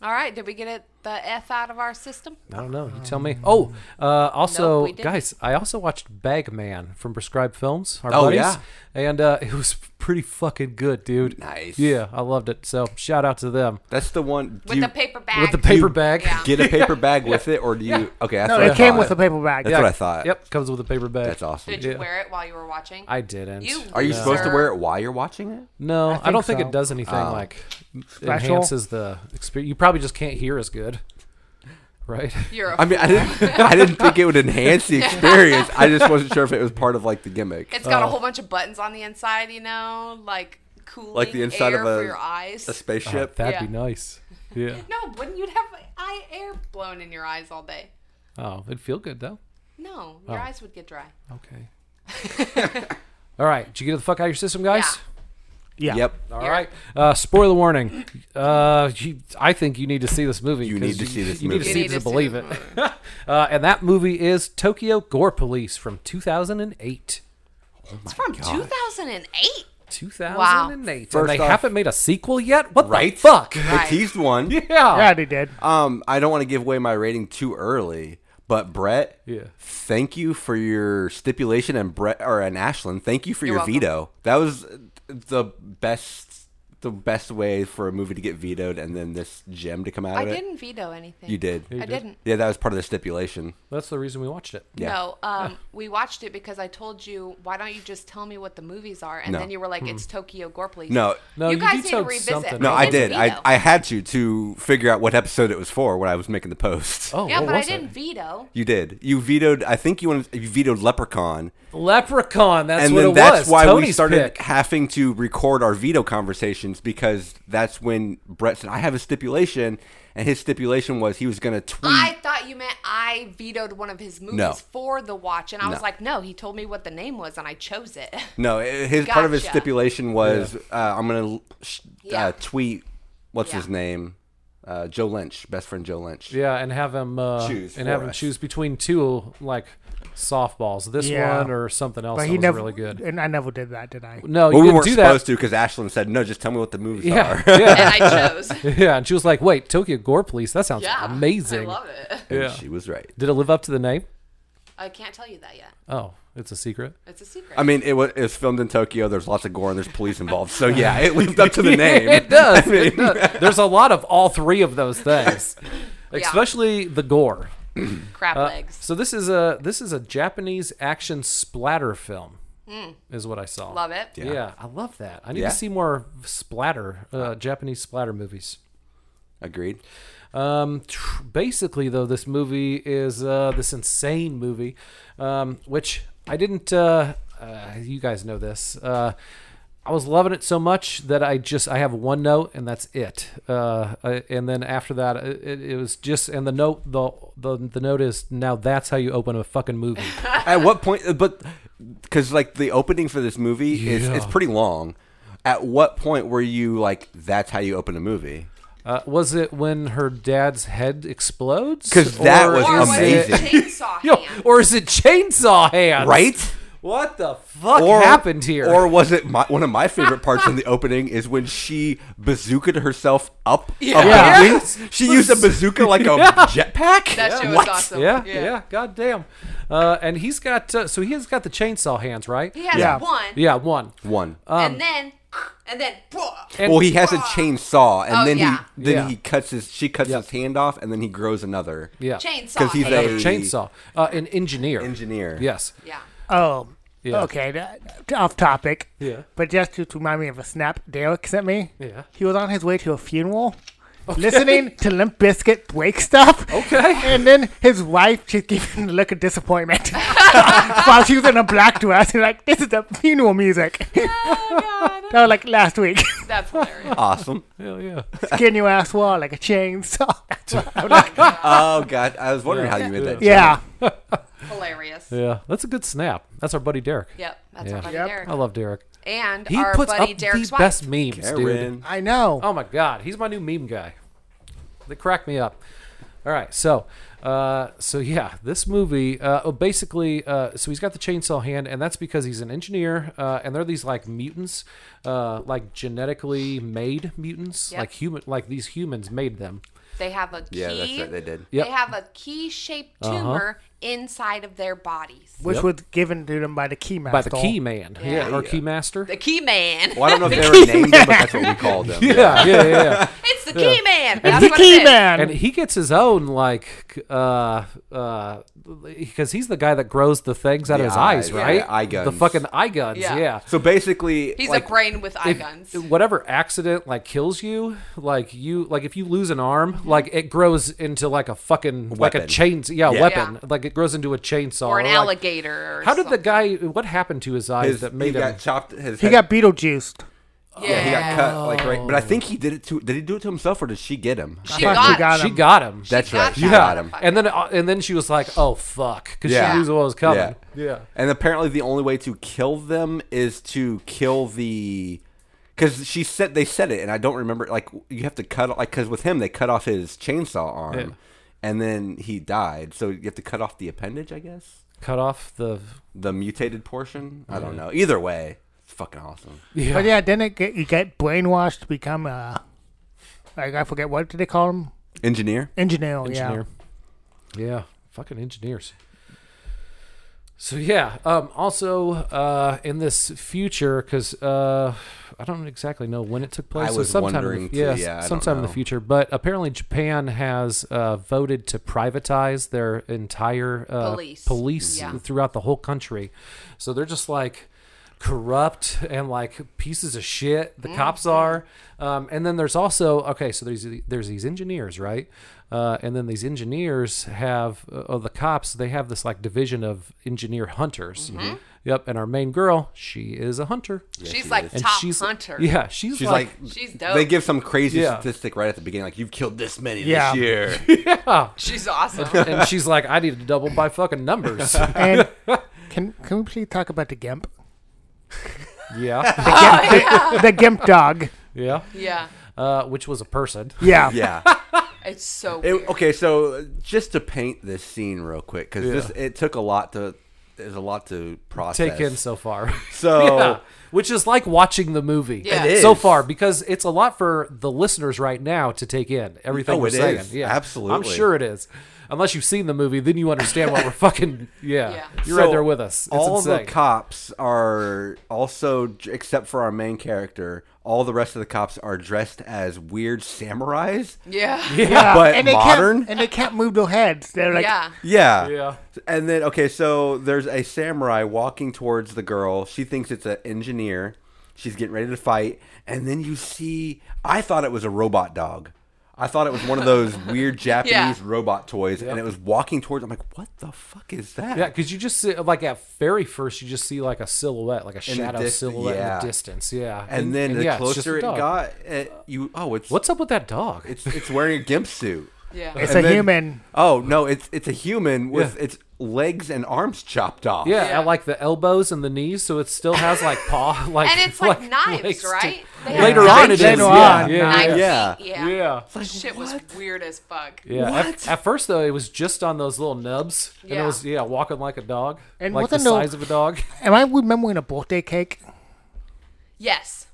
Speaker 5: All right, did we get it the f out of our system?
Speaker 3: I don't know. You tell me. Oh, uh, also,
Speaker 5: Um, we didn't.
Speaker 3: guys, I also watched Bagman from Prescribed Films. Our
Speaker 2: Oh,
Speaker 3: buddies,
Speaker 2: yeah.
Speaker 3: and uh, it was pretty fucking good, dude.
Speaker 2: Nice.
Speaker 3: Yeah, I loved it. So shout out to them
Speaker 2: That's the one. Do
Speaker 5: With
Speaker 2: you
Speaker 5: the paper bag.
Speaker 3: with the paper
Speaker 2: You-
Speaker 3: bag.
Speaker 5: Yeah.
Speaker 2: get a paper bag with it, or do you? Okay, that's
Speaker 1: No,
Speaker 2: what
Speaker 1: it
Speaker 2: I
Speaker 1: came
Speaker 2: thought.
Speaker 1: with a paper bag.
Speaker 2: That's what I thought.
Speaker 3: Yep, comes with a paper bag.
Speaker 2: That's awesome.
Speaker 5: Did you
Speaker 3: Yeah.
Speaker 5: wear it while you were watching?
Speaker 3: I didn't.
Speaker 5: You
Speaker 2: Are you
Speaker 5: No.
Speaker 2: supposed to
Speaker 5: Sir.
Speaker 2: wear it while you're watching it?
Speaker 3: No, I,
Speaker 1: think
Speaker 3: don't think
Speaker 1: so.
Speaker 3: it does anything
Speaker 2: Oh.
Speaker 3: like
Speaker 1: Special?
Speaker 3: enhances the experience. You probably just can't hear as good, right?
Speaker 5: You're a
Speaker 2: I mean, I didn't. I didn't think it would enhance the experience. I just wasn't sure if it was part of like the gimmick,
Speaker 5: It's got a whole bunch of buttons on the inside, you know, like cooling
Speaker 2: like the inside
Speaker 5: air
Speaker 2: of a,
Speaker 5: for your eyes.
Speaker 2: a spaceship.
Speaker 3: That'd be
Speaker 5: Yeah.
Speaker 3: nice. Yeah.
Speaker 5: no, wouldn't you have eye air blown in your eyes all day?
Speaker 3: Oh, it'd feel good though.
Speaker 5: No, your
Speaker 3: Oh.
Speaker 5: eyes would get dry.
Speaker 3: Okay. All right, did you get the fuck out of your system, guys?
Speaker 5: Yeah.
Speaker 1: Yeah.
Speaker 2: Yep.
Speaker 3: All right. Uh, spoiler warning. Uh, you, I think you need to see this movie.
Speaker 2: You
Speaker 3: 'cause
Speaker 2: need to see this
Speaker 3: you
Speaker 2: movie.
Speaker 3: need to
Speaker 2: You
Speaker 3: see
Speaker 5: need
Speaker 3: it
Speaker 5: to
Speaker 3: to
Speaker 5: see
Speaker 3: believe it.
Speaker 5: this
Speaker 3: uh, and that movie is Tokyo Gore Police from 2008.
Speaker 5: It's from 2008.
Speaker 3: 2008.
Speaker 2: Wow.
Speaker 3: And they
Speaker 2: First off-
Speaker 3: haven't made a sequel yet? What
Speaker 2: Right?
Speaker 3: the fuck?
Speaker 2: They
Speaker 5: Right.
Speaker 2: teased one.
Speaker 3: Yeah.
Speaker 1: Yeah, they did.
Speaker 2: Um, I don't want to give away my rating too early, but Brett,
Speaker 3: Yeah.
Speaker 2: thank you for your stipulation and Brett or and Ashlyn, thank you for your
Speaker 5: welcome.
Speaker 2: veto. That was the best the best way for a movie to get vetoed and then this gem to come out
Speaker 5: I
Speaker 2: of it.
Speaker 5: didn't veto anything.
Speaker 2: You did.
Speaker 5: I didn't.
Speaker 2: Yeah, that was part of the stipulation.
Speaker 3: That's the reason we watched it.
Speaker 2: Yeah.
Speaker 5: No, um, we watched it because I told you, why don't you just tell me what the movies are? And
Speaker 2: No. Hmm.
Speaker 5: then you were like, it's Tokyo Gore Police.
Speaker 2: No.
Speaker 3: No,
Speaker 5: you
Speaker 3: you
Speaker 5: guys need to
Speaker 3: vetoed
Speaker 5: revisit.
Speaker 3: something.
Speaker 2: No,
Speaker 5: It
Speaker 2: I
Speaker 5: was
Speaker 2: did. I,
Speaker 5: veto.
Speaker 2: I had to to figure out what episode it was for when I was making the post.
Speaker 3: Oh,
Speaker 5: yeah,
Speaker 3: what
Speaker 5: but I
Speaker 3: was it?
Speaker 5: didn't veto.
Speaker 2: You did. You vetoed. I think you wanted, you vetoed Leprechaun,
Speaker 3: Leprechaun. That's
Speaker 2: and
Speaker 3: what
Speaker 2: then
Speaker 3: it
Speaker 2: that's
Speaker 3: was.
Speaker 2: why
Speaker 3: Tony's
Speaker 2: we started
Speaker 3: pick.
Speaker 2: having to record our veto conversations because that's when Brett said, "I have a stipulation," and his stipulation was he was going to tweet.
Speaker 5: I thought you meant I vetoed one of his movies
Speaker 2: No.
Speaker 5: for the watch, and I was
Speaker 2: No.
Speaker 5: like, no, he told me what the name was, and I chose it.
Speaker 2: no, i- his part of his
Speaker 5: Gotcha.
Speaker 2: stipulation was uh, I'm going to
Speaker 5: Yeah.
Speaker 2: uh, tweet. What's
Speaker 5: Yeah.
Speaker 2: his name? Uh, Joe Lynch, best friend Joe Lynch.
Speaker 3: Yeah, and have him uh,
Speaker 2: Choose
Speaker 3: and
Speaker 2: for
Speaker 3: have him
Speaker 2: us.
Speaker 3: choose between two like softballs, this
Speaker 1: Yeah.
Speaker 3: one or something else
Speaker 1: But
Speaker 3: that
Speaker 1: he
Speaker 3: was
Speaker 1: never
Speaker 3: really good.
Speaker 1: And I never did that, did I?
Speaker 3: No,
Speaker 2: Well,
Speaker 3: Oh, you
Speaker 2: we
Speaker 3: didn't
Speaker 2: weren't
Speaker 3: do that.
Speaker 2: supposed to because Ashlyn said, no, just tell me what the movies
Speaker 3: Yeah,
Speaker 2: are.
Speaker 3: yeah,
Speaker 5: and I chose.
Speaker 3: yeah. And she was like, "Wait, Tokyo Gore Police? That sounds
Speaker 5: Yeah.
Speaker 3: amazing."
Speaker 5: I love it.
Speaker 2: And she was right.
Speaker 3: Did it live up to the name?
Speaker 5: I can't tell you that yet.
Speaker 3: Oh, it's a secret.
Speaker 5: It's a secret.
Speaker 2: I mean, it was, it was filmed in Tokyo. There's lots of gore and there's police involved. So, yeah, it lived up to the name.
Speaker 3: it does. it does. There's a lot of all three of those things, especially the gore.
Speaker 5: crab
Speaker 3: uh,
Speaker 5: legs.
Speaker 3: So this is a this is a Japanese action splatter film, is what I saw.
Speaker 5: Hmm. Love it.
Speaker 3: Yeah, I love that. I need
Speaker 2: Yeah.
Speaker 3: to see more splatter uh, Japanese splatter movies.
Speaker 2: Agreed.
Speaker 3: Um, tr- basically, though, this movie is uh, this insane movie, um, which I didn't. Uh, uh, you guys know this. Uh, I was loving it so much that I just I have one note and that's it. Uh, I- and then after that, it, it- it was just and the note the, the the note is now that's how you open a fucking movie.
Speaker 2: At what point, uh, but because like the opening for this movie is it's pretty long. At what point were you like, that's how you open a movie?
Speaker 3: Uh, was it when her dad's head explodes?
Speaker 2: 'Cause that
Speaker 3: Or
Speaker 2: was
Speaker 5: Or
Speaker 3: is
Speaker 5: was it
Speaker 2: amazing.
Speaker 5: chainsaw
Speaker 3: Yo,
Speaker 5: hand?
Speaker 3: or is it chainsaw hands?
Speaker 2: Right?
Speaker 3: What the fuck
Speaker 2: Or
Speaker 3: happened here?
Speaker 2: Or was it my, one of my favorite parts in the opening is when she bazookaed herself up a
Speaker 3: Yeah.
Speaker 2: building?
Speaker 3: Yes.
Speaker 2: She used a bazooka like a jetpack?
Speaker 5: That shit was
Speaker 2: What?
Speaker 5: awesome.
Speaker 3: yeah, yeah, god damn. Uh, and he's got uh, so he's got the chainsaw hands, right?
Speaker 5: He has
Speaker 1: Yeah.
Speaker 5: one,
Speaker 3: Yeah, one.
Speaker 2: One.
Speaker 5: and then, and then,
Speaker 3: And-
Speaker 2: well, he has a chainsaw, and
Speaker 5: Oh,
Speaker 2: then
Speaker 5: yeah.
Speaker 2: he then
Speaker 3: Yeah.
Speaker 2: he cuts his she cuts
Speaker 3: Yeah.
Speaker 2: his hand off, and then he grows another.
Speaker 3: Yeah,
Speaker 5: chainsaw.
Speaker 2: 'Cause he's a-
Speaker 5: hand.
Speaker 3: Another chainsaw. Uh, an engineer.
Speaker 2: Engineer.
Speaker 3: Yes.
Speaker 5: yeah.
Speaker 1: Oh,
Speaker 3: Yeah.
Speaker 1: okay. that- off topic.
Speaker 3: Yeah.
Speaker 1: But just to, to remind me of a snap Derek sent me.
Speaker 3: Yeah.
Speaker 1: He was on his way to a funeral, listening to Limp Biscuit break stuff.
Speaker 3: Okay.
Speaker 1: And then his wife just gave him a look of disappointment while she was in a black dress. And like, this is the funeral music.
Speaker 5: Oh god,
Speaker 1: that was like last week.
Speaker 5: that's hilarious.
Speaker 2: Awesome.
Speaker 3: Hell yeah.
Speaker 1: Skin your ass wall like a chainsaw. That's what I'm like,
Speaker 2: oh god, I was wondering how you made that.
Speaker 1: yeah.
Speaker 5: hilarious.
Speaker 3: yeah, that's a good snap. That's our buddy Derek.
Speaker 5: Yep, that's
Speaker 3: Yeah.
Speaker 5: our buddy
Speaker 1: Yep.
Speaker 5: Derek.
Speaker 3: I love Derek.
Speaker 5: And
Speaker 3: He
Speaker 5: our
Speaker 3: puts
Speaker 5: buddy
Speaker 3: up
Speaker 5: Derek's
Speaker 3: the
Speaker 5: wife.
Speaker 3: best memes, dude.
Speaker 2: Aaron.
Speaker 1: I know.
Speaker 3: Oh my god, he's my new meme guy. They crack me up. All right, so uh, so yeah, this movie uh, oh, basically uh, so he's got the chainsaw hand, and that's because he's an engineer, uh, and they're these like mutants, uh, like genetically made mutants,
Speaker 5: Yep.
Speaker 3: like human, like these humans made them.
Speaker 5: They have a key.
Speaker 2: Yeah, that's right, they did.
Speaker 3: Yep. Uh-huh.
Speaker 5: They have a key-shaped tumor inside of their bodies.
Speaker 1: Which was given to them by the key master.
Speaker 3: By the key man, yeah,
Speaker 5: Yeah.
Speaker 3: or key master.
Speaker 5: The key man.
Speaker 2: Well, I don't know if they were named, them, but that's what we called them.
Speaker 3: Yeah, yeah, yeah. yeah.
Speaker 5: It's the key man. That's
Speaker 1: The
Speaker 5: what it
Speaker 1: key
Speaker 5: is.
Speaker 1: man.
Speaker 3: and he gets his own like uh uh because he's the guy that grows the things out of
Speaker 2: The
Speaker 3: his eyes,
Speaker 2: eyes,
Speaker 3: right?
Speaker 2: yeah, eye
Speaker 3: The
Speaker 2: guns.
Speaker 3: fucking eye guns, yeah.
Speaker 5: Yeah.
Speaker 2: So basically,
Speaker 5: He's
Speaker 2: like,
Speaker 5: a brain with eye guns.
Speaker 3: Whatever accident like kills you, like you like if you lose an arm,
Speaker 5: Mm-hmm.
Speaker 3: like it grows into like a fucking like a
Speaker 2: Weapon.
Speaker 3: chains yeah,
Speaker 2: Yeah.
Speaker 3: weapon. Like it grows into a chainsaw
Speaker 5: Or an
Speaker 3: like-
Speaker 5: alligator. Or
Speaker 3: how did the
Speaker 5: something.
Speaker 3: guy what happened to his eyes
Speaker 2: his,
Speaker 3: that
Speaker 2: he
Speaker 3: made him
Speaker 2: got chopped. His
Speaker 1: he
Speaker 2: head-
Speaker 1: got Beetlejuiced.
Speaker 5: Yeah.
Speaker 2: Yeah, he got cut like right. But I think he did it to. Did he do it to himself or did she get him?
Speaker 5: She
Speaker 1: Fuck,
Speaker 5: got,
Speaker 1: you got
Speaker 3: She
Speaker 1: him.
Speaker 3: got him.
Speaker 2: That's
Speaker 5: got
Speaker 2: right.
Speaker 5: that
Speaker 2: She got him.
Speaker 5: motherfucker.
Speaker 3: and then uh, and then she was like, "Oh fuck," because
Speaker 2: Yeah.
Speaker 3: she knew what was coming.
Speaker 2: Yeah.
Speaker 3: Yeah.
Speaker 2: And apparently, the only way to kill them is to kill the. Because she said they said it, and I don't remember. Like you have to cut like because with him they cut off his chainsaw arm,
Speaker 3: Yeah.
Speaker 2: and then he died. So you have to cut off the appendage, I guess,
Speaker 3: Cut off the.
Speaker 2: the mutated portion. I don't know. Either way, it's fucking awesome.
Speaker 3: Yeah.
Speaker 1: But yeah, then it get, you get brainwashed to become a like I forget what did they call him
Speaker 2: Engineer.
Speaker 1: engineer.
Speaker 3: engineer. Oh, Yeah. fucking engineers. So yeah. Um, also, uh, in this future, because uh, I don't exactly know when it took place.
Speaker 2: I
Speaker 3: so
Speaker 2: was
Speaker 3: sometime,
Speaker 2: wondering
Speaker 3: in the,
Speaker 2: too,
Speaker 3: yes,
Speaker 2: yeah, I don't
Speaker 3: sometime in the
Speaker 2: know.
Speaker 3: future. But apparently, Japan has uh, voted to privatize their entire uh,
Speaker 5: Police.
Speaker 3: police
Speaker 5: Yeah.
Speaker 3: throughout the whole country. So they're just like corrupt and like pieces of shit.
Speaker 5: Mm.
Speaker 3: The cops are, um, and then there's also okay. So there's there's these engineers, right? Uh, and then these engineers have uh, oh, the cops. They have this like division of engineer hunters. Yep. And our main girl, she is a hunter.
Speaker 5: she's like
Speaker 3: And
Speaker 5: Mm-hmm. top
Speaker 3: she's
Speaker 5: hunter.
Speaker 3: Yeah, she's,
Speaker 2: She's
Speaker 3: like,
Speaker 2: like,
Speaker 5: She's dope.
Speaker 2: they give some crazy
Speaker 3: Yeah.
Speaker 2: statistic right at the beginning, like you've killed this many
Speaker 1: Yeah.
Speaker 2: this year.
Speaker 5: She's awesome.
Speaker 3: and she's like, I need to double by fucking numbers.
Speaker 1: And can can we please talk about the gimp?
Speaker 3: yeah,
Speaker 5: Oh,
Speaker 1: The, the gimp dog.
Speaker 3: yeah.
Speaker 5: yeah.
Speaker 3: Uh, which was a person.
Speaker 1: Yeah.
Speaker 2: yeah.
Speaker 5: It's so
Speaker 2: It-
Speaker 5: weird.
Speaker 2: okay, so uh, just to paint this scene real quick, because this it took a lot to there's a lot to process.
Speaker 3: Take in so far.
Speaker 2: So
Speaker 3: Yeah, which is like watching the movie
Speaker 5: Yeah. It
Speaker 3: so
Speaker 2: is.
Speaker 3: far because it's a lot for the listeners right now to take in everything
Speaker 2: Oh,
Speaker 3: we're
Speaker 2: it
Speaker 3: saying.
Speaker 2: is.
Speaker 3: Yeah, I'm
Speaker 2: Absolutely.
Speaker 3: sure it is. Unless you've seen the movie, then you understand what we're fucking. Yeah,
Speaker 5: Yeah.
Speaker 3: you're
Speaker 2: so
Speaker 3: right there with us. It's
Speaker 2: all
Speaker 3: insane.
Speaker 2: the cops are also, j- except for our main character, all the rest of the cops are dressed as weird samurais,
Speaker 5: yeah.
Speaker 2: but
Speaker 1: And they
Speaker 2: modern.
Speaker 1: can't and they can't move their heads. They're like
Speaker 5: yeah.
Speaker 2: Yeah.
Speaker 3: Yeah.
Speaker 2: And then okay, so there's a samurai walking towards the girl. She thinks it's an engineer. She's getting ready to fight, and then you see. I thought it was a robot dog. I thought it was one of those weird Japanese robot toys, and it was walking towards. I'm like, what the fuck is that?
Speaker 3: yeah, because you just see, like at very first you just see like a silhouette, like a
Speaker 2: the
Speaker 3: shadow
Speaker 2: dis-
Speaker 3: silhouette
Speaker 2: yeah.
Speaker 3: in the distance. Yeah,
Speaker 2: And then the
Speaker 3: yeah, it's just
Speaker 2: closer
Speaker 3: a
Speaker 2: it
Speaker 3: dog.
Speaker 2: got, it, you oh, it's
Speaker 3: what's up with that dog?
Speaker 2: it's it's wearing a gimp suit.
Speaker 5: Yeah.
Speaker 1: it's a
Speaker 2: And then-
Speaker 1: human.
Speaker 2: Oh no, it's it's a human with
Speaker 3: Yeah.
Speaker 2: its legs and arms chopped off.
Speaker 3: yeah,
Speaker 5: Yeah.
Speaker 3: I like the elbows and the knees, so it still has like paw, like
Speaker 5: And it's like,
Speaker 3: legs
Speaker 5: knives,
Speaker 3: to-
Speaker 5: right? They have
Speaker 3: Later
Speaker 1: Yeah.
Speaker 3: on, it is.
Speaker 1: Later
Speaker 3: yeah,
Speaker 1: on,
Speaker 3: yeah,
Speaker 5: knife
Speaker 3: yeah.
Speaker 2: Yeah.
Speaker 5: feet, Yeah.
Speaker 3: Yeah. It's
Speaker 5: That shit was weird as fuck.
Speaker 3: Yeah. At, at first though, it was just on those little nubs, and
Speaker 5: Yeah.
Speaker 3: it was yeah, walking like a dog,
Speaker 1: And
Speaker 3: like
Speaker 1: what
Speaker 3: the
Speaker 1: the no-
Speaker 3: size of a dog.
Speaker 1: Am I remembering a birthday cake?
Speaker 5: Yes.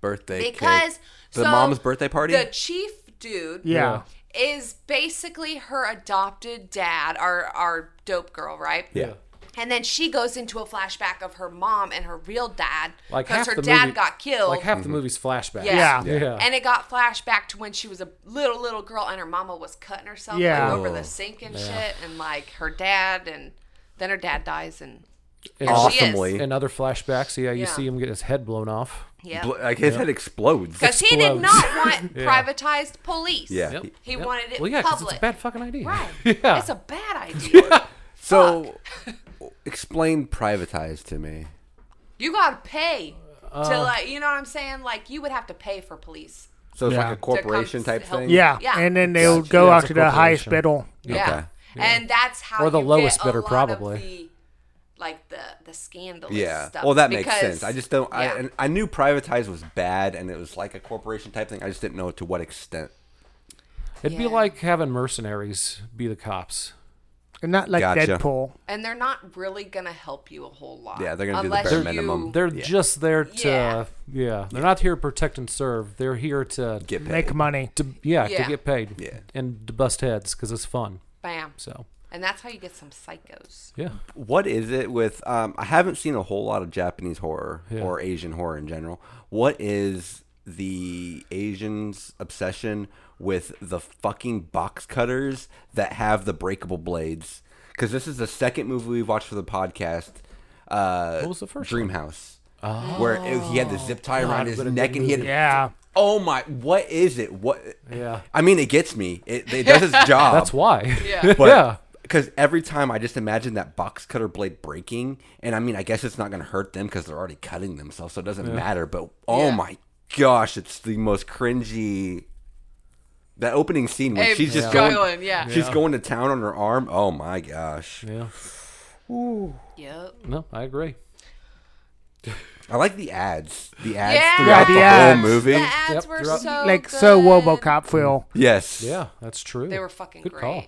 Speaker 2: Birthday cake.
Speaker 5: Because
Speaker 2: the
Speaker 5: so
Speaker 2: mom's birthday party.
Speaker 5: The chief dude
Speaker 1: Yeah.
Speaker 5: is basically her adopted dad, our our dope girl, right?
Speaker 2: yeah.
Speaker 5: And then she goes into a flashback of her mom and her real dad
Speaker 3: Like
Speaker 5: because
Speaker 3: half
Speaker 5: her
Speaker 3: the
Speaker 5: dad
Speaker 3: movie,
Speaker 5: got killed.
Speaker 3: Like half the movie's flashback.
Speaker 5: Yeah.
Speaker 1: Yeah.
Speaker 3: Yeah.
Speaker 5: And it got flashback to when she was a little little girl and her mama was cutting herself
Speaker 1: Yeah.
Speaker 5: like, over
Speaker 2: Oh.
Speaker 5: the sink and shit and like her dad and then her dad dies and
Speaker 3: And,
Speaker 5: There she is.
Speaker 2: Awesomely.
Speaker 3: and other flashbacks. Yeah, you
Speaker 5: Yeah.
Speaker 3: see him get his head blown off.
Speaker 5: yeah.
Speaker 2: Bl- like his head explodes.
Speaker 5: Because he did
Speaker 3: Explodes.
Speaker 5: not want privatized police.
Speaker 2: Yeah.
Speaker 3: Yep.
Speaker 5: He
Speaker 3: Yep.
Speaker 5: wanted it
Speaker 3: Well, yeah, 'cause
Speaker 5: public.
Speaker 3: it's a bad fucking idea.
Speaker 5: Right.
Speaker 3: yeah.
Speaker 5: It's a bad idea.
Speaker 2: So, explain privatized to me.
Speaker 5: you got to pay
Speaker 2: Uh,
Speaker 5: to like, you know what I'm saying? Like you would have to pay for police.
Speaker 2: So it's
Speaker 1: Yeah.
Speaker 2: like a corporation type
Speaker 5: help.
Speaker 2: thing.
Speaker 1: Yeah.
Speaker 5: Yeah.
Speaker 1: And then they'll
Speaker 2: Gotcha.
Speaker 1: go
Speaker 2: Yeah,
Speaker 3: it's
Speaker 1: after
Speaker 3: a
Speaker 1: the highest
Speaker 3: corporation.
Speaker 1: bidder.
Speaker 5: Yeah.
Speaker 2: Okay.
Speaker 5: And that's how
Speaker 3: Or the
Speaker 5: you
Speaker 3: lowest
Speaker 5: get
Speaker 3: bidder,
Speaker 5: a lot
Speaker 3: probably.
Speaker 5: Of the, like the the scandalous
Speaker 2: Yeah.
Speaker 5: stuff.
Speaker 2: Well, that makes
Speaker 5: because-
Speaker 2: sense. I just don't. I
Speaker 5: yeah.
Speaker 2: and I knew privatized was bad, and it was like a corporation type thing. I just didn't know to what extent.
Speaker 3: It'd be
Speaker 5: Yeah.
Speaker 3: like having mercenaries be the cops.
Speaker 1: And not like
Speaker 2: Gotcha.
Speaker 1: Deadpool.
Speaker 5: and they're not really gonna help you a whole lot.
Speaker 2: Yeah, they're gonna do the
Speaker 5: unless
Speaker 2: bare
Speaker 5: you-
Speaker 2: minimum.
Speaker 3: They're just there to
Speaker 5: Yeah.
Speaker 3: yeah. They're not here to protect and serve. They're here to
Speaker 2: Get paid.
Speaker 1: Make money.
Speaker 3: to yeah,
Speaker 5: Yeah.
Speaker 3: to get paid.
Speaker 2: Yeah.
Speaker 3: And to bust heads because it's fun.
Speaker 5: bam.
Speaker 3: So
Speaker 5: And that's how you get some psychos.
Speaker 3: yeah.
Speaker 2: what is it with? Um, I haven't seen a whole lot of Japanese horror or Asian horror in general. What is the Asians' obsession with the fucking box cutters that have the breakable blades? Because this is the second movie we've watched for the podcast. Uh,
Speaker 3: What was the first Oh.
Speaker 2: Dream House. Where it, he had the zip tie around his
Speaker 3: what a
Speaker 2: neck
Speaker 3: good
Speaker 2: and he had
Speaker 1: Yeah.
Speaker 2: oh my what is it what
Speaker 3: Yeah.
Speaker 2: I mean it gets me it, it does its job
Speaker 3: That's why.
Speaker 5: Yeah.
Speaker 2: but
Speaker 3: yeah.
Speaker 2: because every time I just imagine that box cutter blade breaking, and I mean, I guess it's not going to hurt them because they're already cutting themselves, so it doesn't matter. But oh
Speaker 5: Yeah.
Speaker 2: my gosh, it's the most cringy. That opening scene when
Speaker 5: Hey,
Speaker 2: she's just
Speaker 5: yeah.
Speaker 2: going,
Speaker 5: struggling, yeah.
Speaker 2: she's going to town on her arm. Oh my gosh,
Speaker 3: Yeah.
Speaker 5: Yep.
Speaker 3: No, I agree.
Speaker 2: I like the ads. The ads
Speaker 5: Yeah.
Speaker 1: Yeah,
Speaker 2: throughout the,
Speaker 1: the ads.
Speaker 2: whole movie.
Speaker 5: The ads
Speaker 3: Yep,
Speaker 5: were
Speaker 3: throughout-
Speaker 5: so
Speaker 1: like
Speaker 5: good.
Speaker 1: so RoboCop feel.
Speaker 2: Yes.
Speaker 3: Yeah, that's true.
Speaker 5: They were fucking
Speaker 3: Good
Speaker 5: great.
Speaker 3: call.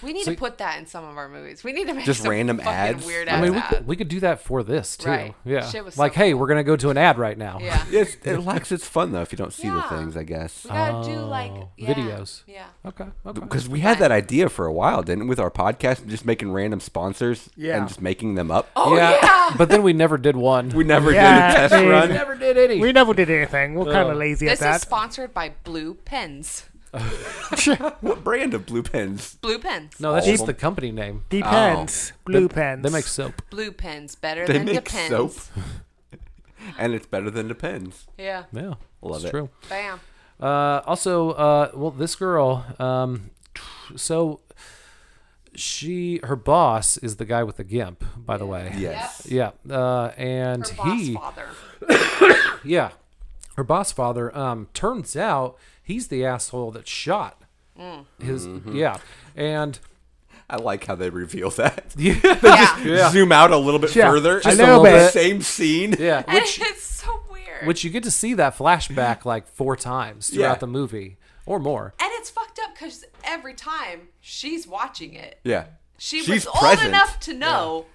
Speaker 5: We need
Speaker 3: So-
Speaker 5: to put that in some of our movies. We need to make
Speaker 2: Just
Speaker 5: some
Speaker 2: random
Speaker 5: fucking
Speaker 2: ads?
Speaker 5: Weird
Speaker 2: I
Speaker 5: ads
Speaker 3: I mean, we
Speaker 5: out.
Speaker 3: could, we could do that for this too.
Speaker 5: Right.
Speaker 3: Yeah.
Speaker 5: Shit was so
Speaker 3: like, hey, we're gonna go to an ad right now.
Speaker 5: yeah.
Speaker 2: It's, it lacks its fun though if you don't see the
Speaker 5: Yeah.
Speaker 2: things, I guess.
Speaker 5: We gotta do like yeah,
Speaker 3: Oh, videos.
Speaker 5: Yeah.
Speaker 3: Okay. Okay.
Speaker 2: Because we had that idea for a while, didn't we, with our podcast, just making random sponsors
Speaker 1: Yeah.
Speaker 2: and just making them up.
Speaker 5: Oh yeah.
Speaker 3: but then we never did one.
Speaker 2: We never
Speaker 1: Yeah,
Speaker 2: did a test
Speaker 1: dude.
Speaker 2: run.
Speaker 3: never did any.
Speaker 1: We never did anything. We're kind of lazy
Speaker 5: This is
Speaker 1: at
Speaker 5: sponsored by Blue Pens.
Speaker 1: that.
Speaker 2: What brand of blue pens?
Speaker 5: Blue Pens.
Speaker 3: no, that's
Speaker 2: All
Speaker 3: just
Speaker 2: of
Speaker 3: the
Speaker 2: them.
Speaker 3: company name.
Speaker 1: Depends. Blue
Speaker 3: They-
Speaker 1: pens.
Speaker 3: They make soap.
Speaker 5: Blue Pens better
Speaker 2: They
Speaker 5: than
Speaker 2: make
Speaker 5: Depends.
Speaker 2: soap. and it's better than the pens.
Speaker 5: Yeah.
Speaker 3: Yeah.
Speaker 2: Love
Speaker 3: it's
Speaker 2: it.
Speaker 3: True.
Speaker 5: Bam.
Speaker 3: Uh, also, uh, well, this girl. Um, so she, her boss is the guy with the gimp. By the way.
Speaker 2: Yes.
Speaker 3: Yeah. Uh, and
Speaker 5: Her boss
Speaker 3: he.
Speaker 5: father.
Speaker 3: Yeah. Her boss father, um, turns out he's the asshole that shot
Speaker 5: Mm.
Speaker 3: his
Speaker 2: Mm-hmm.
Speaker 3: yeah. And
Speaker 2: I like how they reveal that.
Speaker 5: Yeah.
Speaker 2: Zoom out a little bit
Speaker 1: Yeah,
Speaker 2: further.
Speaker 1: just a little
Speaker 2: the
Speaker 1: bit.
Speaker 2: Same scene.
Speaker 3: yeah,
Speaker 5: and
Speaker 3: which
Speaker 5: it's so weird.
Speaker 3: which you get to see that flashback like four times throughout
Speaker 2: Yeah.
Speaker 3: the movie or more.
Speaker 5: and it's fucked up because every time she's watching it,
Speaker 2: Yeah.
Speaker 5: she
Speaker 2: She's
Speaker 5: was old
Speaker 2: present.
Speaker 5: enough to know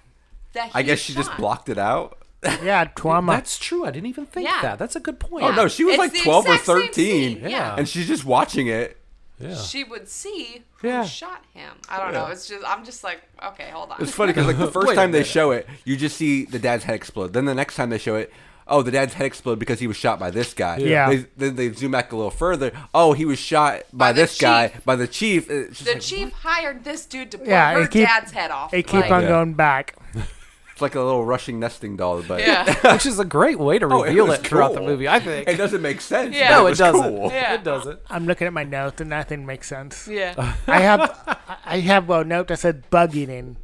Speaker 5: that.
Speaker 2: I
Speaker 5: he
Speaker 2: guess she just
Speaker 5: shot.
Speaker 2: blocked it out.
Speaker 1: yeah, trauma.
Speaker 3: That's true. I didn't even think
Speaker 5: Yeah.
Speaker 3: that. That's a good point.
Speaker 2: Oh no, she was
Speaker 5: It's
Speaker 2: like
Speaker 5: the
Speaker 2: twelve or
Speaker 5: exact same
Speaker 2: thirteen,
Speaker 5: scene,
Speaker 3: yeah.
Speaker 2: and she's just watching it.
Speaker 3: Yeah.
Speaker 5: She would see who
Speaker 3: Yeah.
Speaker 5: shot him. I don't know.
Speaker 2: Yeah.
Speaker 5: It's just I'm just like okay, hold on.
Speaker 2: It's funny because like the first
Speaker 3: Wait a
Speaker 2: time they
Speaker 3: minute.
Speaker 2: show it, you just see the dad's head explode. Then the next time they show it, oh, the dad's head explode because he was shot by this guy.
Speaker 1: Yeah.
Speaker 2: They, then they zoom back a little further. Oh, he was shot by,
Speaker 5: the
Speaker 2: this guy
Speaker 5: chief.
Speaker 2: by the chief. It's, just
Speaker 5: The
Speaker 2: like,
Speaker 5: chief hired this dude to blow
Speaker 1: Yeah,
Speaker 5: her
Speaker 1: it keep-
Speaker 5: dad's head off.
Speaker 1: they keep
Speaker 5: Like,
Speaker 1: on
Speaker 2: Yeah.
Speaker 1: going back.
Speaker 2: it's like a little rushing nesting doll, but
Speaker 5: Yeah.
Speaker 3: Which is a great way to
Speaker 2: Oh, it
Speaker 3: reveal
Speaker 2: was
Speaker 3: it, throughout the
Speaker 2: cool.
Speaker 3: movie, I think.
Speaker 2: it doesn't make sense.
Speaker 5: Yeah.
Speaker 2: but
Speaker 5: No,
Speaker 2: it,
Speaker 5: it
Speaker 2: was
Speaker 3: doesn't.
Speaker 2: Cool.
Speaker 5: Yeah.
Speaker 3: It doesn't.
Speaker 1: I'm looking at my notes and nothing makes sense.
Speaker 5: Yeah.
Speaker 1: I have I- I have a note that said bug eating.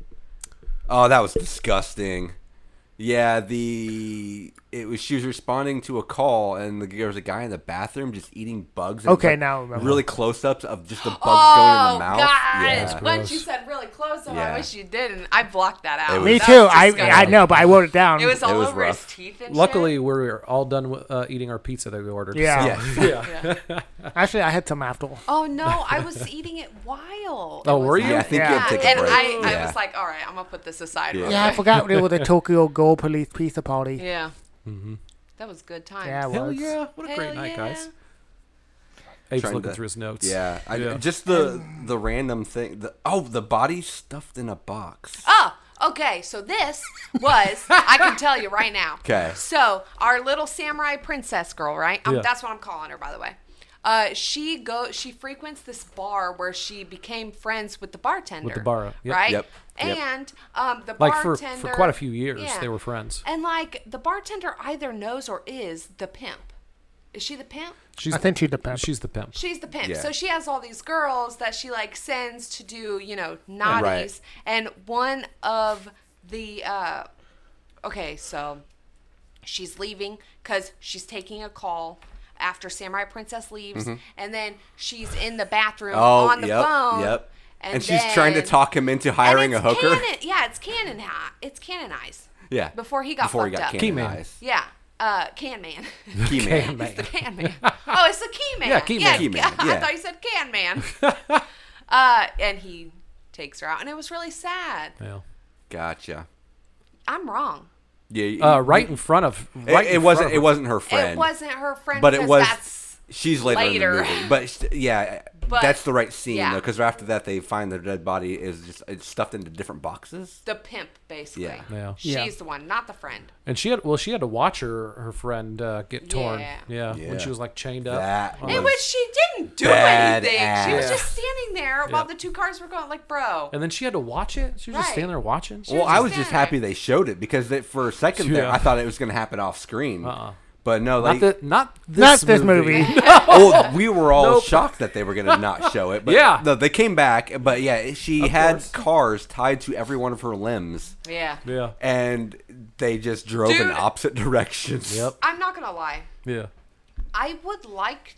Speaker 2: Oh, that was disgusting. Yeah, the it was she was responding to a call, and the, there was a guy in the bathroom just eating bugs. and it was,
Speaker 1: Okay,
Speaker 2: like,
Speaker 1: now I remember.
Speaker 2: really close-ups of just the bugs going in
Speaker 5: Oh
Speaker 2: the
Speaker 5: God!
Speaker 2: mouth. Yeah.
Speaker 5: When she said really close, oh,
Speaker 2: Yeah.
Speaker 5: I wish you didn't. I blocked that out.
Speaker 2: It
Speaker 1: Me
Speaker 5: That
Speaker 1: too.
Speaker 5: was
Speaker 1: I
Speaker 5: disgusting.
Speaker 1: I know, but I wrote it down.
Speaker 5: It was all
Speaker 2: was
Speaker 5: over
Speaker 2: rough.
Speaker 5: his teeth and
Speaker 3: Luckily,
Speaker 5: shit.
Speaker 3: we were all done with, uh, eating our pizza that we ordered.
Speaker 1: yeah.
Speaker 2: Yes.
Speaker 1: Actually, I had some after.
Speaker 5: Oh no, I was eating it wild.
Speaker 3: Oh,
Speaker 5: It was
Speaker 3: were you?
Speaker 2: Yeah, I think you
Speaker 1: Yeah.
Speaker 2: had to
Speaker 5: bad.
Speaker 2: take a
Speaker 5: And
Speaker 2: break.
Speaker 5: I, I
Speaker 2: Yeah.
Speaker 5: was like, all right, I'm gonna put this aside.
Speaker 2: Yeah.
Speaker 5: real
Speaker 1: Yeah, I
Speaker 5: quick."
Speaker 1: forgot there was a Tokyo Ghoul Police Pizza Party. Yeah,
Speaker 5: Yeah.
Speaker 2: Mm-hmm.
Speaker 5: That was good time.
Speaker 1: it
Speaker 3: Hell
Speaker 1: was.
Speaker 3: yeah. What a
Speaker 5: Hell
Speaker 3: great night,
Speaker 5: yeah.
Speaker 3: guys. Abe's
Speaker 2: Trying
Speaker 3: looking
Speaker 2: to-
Speaker 3: through his notes.
Speaker 2: Yeah, I,
Speaker 3: Yeah.
Speaker 2: just the the random thing. The, oh, the body stuffed in a box.
Speaker 5: Oh, okay. So this was, I can tell you right now.
Speaker 2: 'Kay.
Speaker 5: So our little samurai princess girl, right? Um,
Speaker 3: Yeah.
Speaker 5: That's what I'm calling her, by the way. Uh, she go. She frequents this bar where she became friends with the bartender.
Speaker 3: With the bar, yep.
Speaker 5: right?
Speaker 2: Yep, yep.
Speaker 5: And um, the
Speaker 3: Like for,
Speaker 5: bartender
Speaker 3: for quite a few years,
Speaker 5: Yeah.
Speaker 3: they were friends.
Speaker 5: And like the bartender either knows or is the pimp. Is she the pimp?
Speaker 3: She's,
Speaker 1: I think she depends.
Speaker 3: she's the pimp.
Speaker 5: She's the pimp.
Speaker 2: Yeah.
Speaker 5: So she has all these girls that she like sends to do, you know, naughties.
Speaker 2: Right.
Speaker 5: And one of the uh okay, so she's leaving cuz she's taking a call after Samurai Princess leaves and then she's in the bathroom
Speaker 2: Mm-hmm. Oh,
Speaker 5: on the
Speaker 2: yep,
Speaker 5: phone.
Speaker 2: yep. And, she's trying to
Speaker 5: then-
Speaker 2: talk him into
Speaker 5: and
Speaker 2: hiring a
Speaker 5: it's
Speaker 2: hooker.
Speaker 5: Canon, yeah, it's canon it's canonized.
Speaker 2: yeah,
Speaker 5: Before he got
Speaker 2: before he
Speaker 5: fucked
Speaker 2: got
Speaker 5: up.
Speaker 3: Key man.
Speaker 2: canonized.
Speaker 5: Yeah. Uh, can man.
Speaker 2: Key man.
Speaker 3: Man.
Speaker 5: It's the can man. Oh, it's the key man.
Speaker 3: Yeah, key man.
Speaker 2: Key man,
Speaker 5: I
Speaker 2: yeah.
Speaker 5: thought you said can man. uh, and he takes her out, and it was really sad.
Speaker 3: Yeah.
Speaker 2: Gotcha.
Speaker 5: I'm wrong.
Speaker 2: Yeah, you-
Speaker 3: Uh, right in front of.
Speaker 2: it,
Speaker 3: Right
Speaker 2: it
Speaker 3: in front
Speaker 2: wasn't.
Speaker 3: of
Speaker 2: It
Speaker 3: her.
Speaker 2: wasn't her friend.
Speaker 5: It wasn't her friend,
Speaker 2: But it
Speaker 5: because
Speaker 2: was.
Speaker 5: That's,
Speaker 2: She's later, in the
Speaker 5: later.
Speaker 2: movie. But sh- yeah,
Speaker 5: But-
Speaker 2: that's the right scene
Speaker 5: yeah.
Speaker 2: though, because after that they find the dead body is just it's stuffed into different boxes.
Speaker 5: the pimp, basically.
Speaker 2: Yeah.
Speaker 3: Yeah.
Speaker 5: She's
Speaker 1: Yeah.
Speaker 5: the one, not the friend.
Speaker 3: And she had well, she had to watch her her friend uh, get torn. Yeah.
Speaker 5: Yeah.
Speaker 3: when
Speaker 2: Yeah.
Speaker 3: she was like chained up.
Speaker 2: That
Speaker 5: In
Speaker 2: was-
Speaker 5: which she didn't do
Speaker 2: Bad
Speaker 5: anything. She
Speaker 2: ass.
Speaker 5: was just standing there while the two cars were going. Like, bro.
Speaker 3: And then she had to watch it. She was just
Speaker 5: Right.
Speaker 3: standing there watching.
Speaker 5: was
Speaker 2: Well, I
Speaker 5: just
Speaker 2: was just
Speaker 5: there.
Speaker 2: happy they showed it because it, for a second there,
Speaker 3: Yeah.
Speaker 2: I thought it was going to happen off screen.
Speaker 3: Uh-uh.
Speaker 2: But no, like
Speaker 3: Not, the, not this
Speaker 1: Not this
Speaker 3: movie.
Speaker 1: movie.
Speaker 2: oh, we were all
Speaker 3: Nope.
Speaker 2: shocked that they were gonna not show it. But
Speaker 3: Yeah.
Speaker 2: no, they came back. But yeah, she
Speaker 3: Of
Speaker 2: had
Speaker 3: course.
Speaker 2: cars tied to every one of her limbs,
Speaker 5: Yeah.
Speaker 3: Yeah.
Speaker 2: and they just drove in
Speaker 5: Dude.
Speaker 2: opposite directions.
Speaker 3: Yep.
Speaker 5: I'm not gonna lie.
Speaker 3: Yeah.
Speaker 5: I would like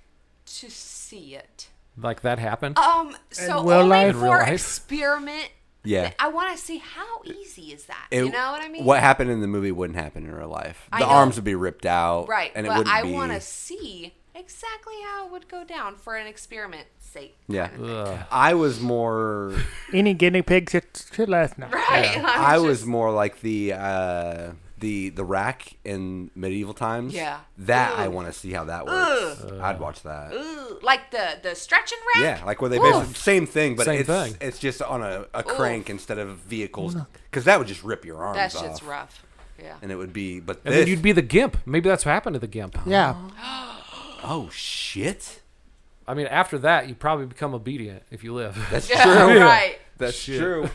Speaker 5: to see it.
Speaker 3: Like that happened.
Speaker 5: Um, so
Speaker 1: real
Speaker 5: only
Speaker 1: life?
Speaker 3: In real
Speaker 5: for
Speaker 3: life?
Speaker 5: experiment.
Speaker 2: Yeah.
Speaker 5: I want to see how easy is that.
Speaker 2: It-
Speaker 5: you know what I mean?
Speaker 2: What happened in the movie wouldn't happen in real life. The
Speaker 5: know.
Speaker 2: arms would be ripped out,
Speaker 5: Right,
Speaker 2: And it
Speaker 5: but
Speaker 2: wouldn't
Speaker 5: I
Speaker 2: be.
Speaker 5: want to see exactly how it would go down for an experiment sake.
Speaker 2: Yeah,
Speaker 3: Ugh.
Speaker 2: I was more.
Speaker 1: Any guinea pigs should, should let us know.
Speaker 5: Right.
Speaker 2: I was more like the uh, the the rack in medieval times.
Speaker 5: Yeah.
Speaker 2: that I
Speaker 5: Ugh.
Speaker 2: want to see how that works. I'd watch that.
Speaker 5: Ooh, like the the stretch and rack.
Speaker 2: Yeah, like where they
Speaker 5: Ooh.
Speaker 2: basically same thing, but
Speaker 3: Same
Speaker 2: it's
Speaker 3: thing.
Speaker 2: it's just on a, a crank instead of vehicles because that would just rip your arms
Speaker 5: That
Speaker 2: off.
Speaker 5: shit's rough. Yeah.
Speaker 2: And it would be, but
Speaker 3: and
Speaker 2: this,
Speaker 3: then you'd be the gimp. Maybe that's what happened to the gimp.
Speaker 1: Yeah.
Speaker 2: oh shit,
Speaker 3: I mean, after that, you probably become obedient if you live,
Speaker 2: that's
Speaker 5: Yeah,
Speaker 2: true.
Speaker 5: right.
Speaker 2: That's true.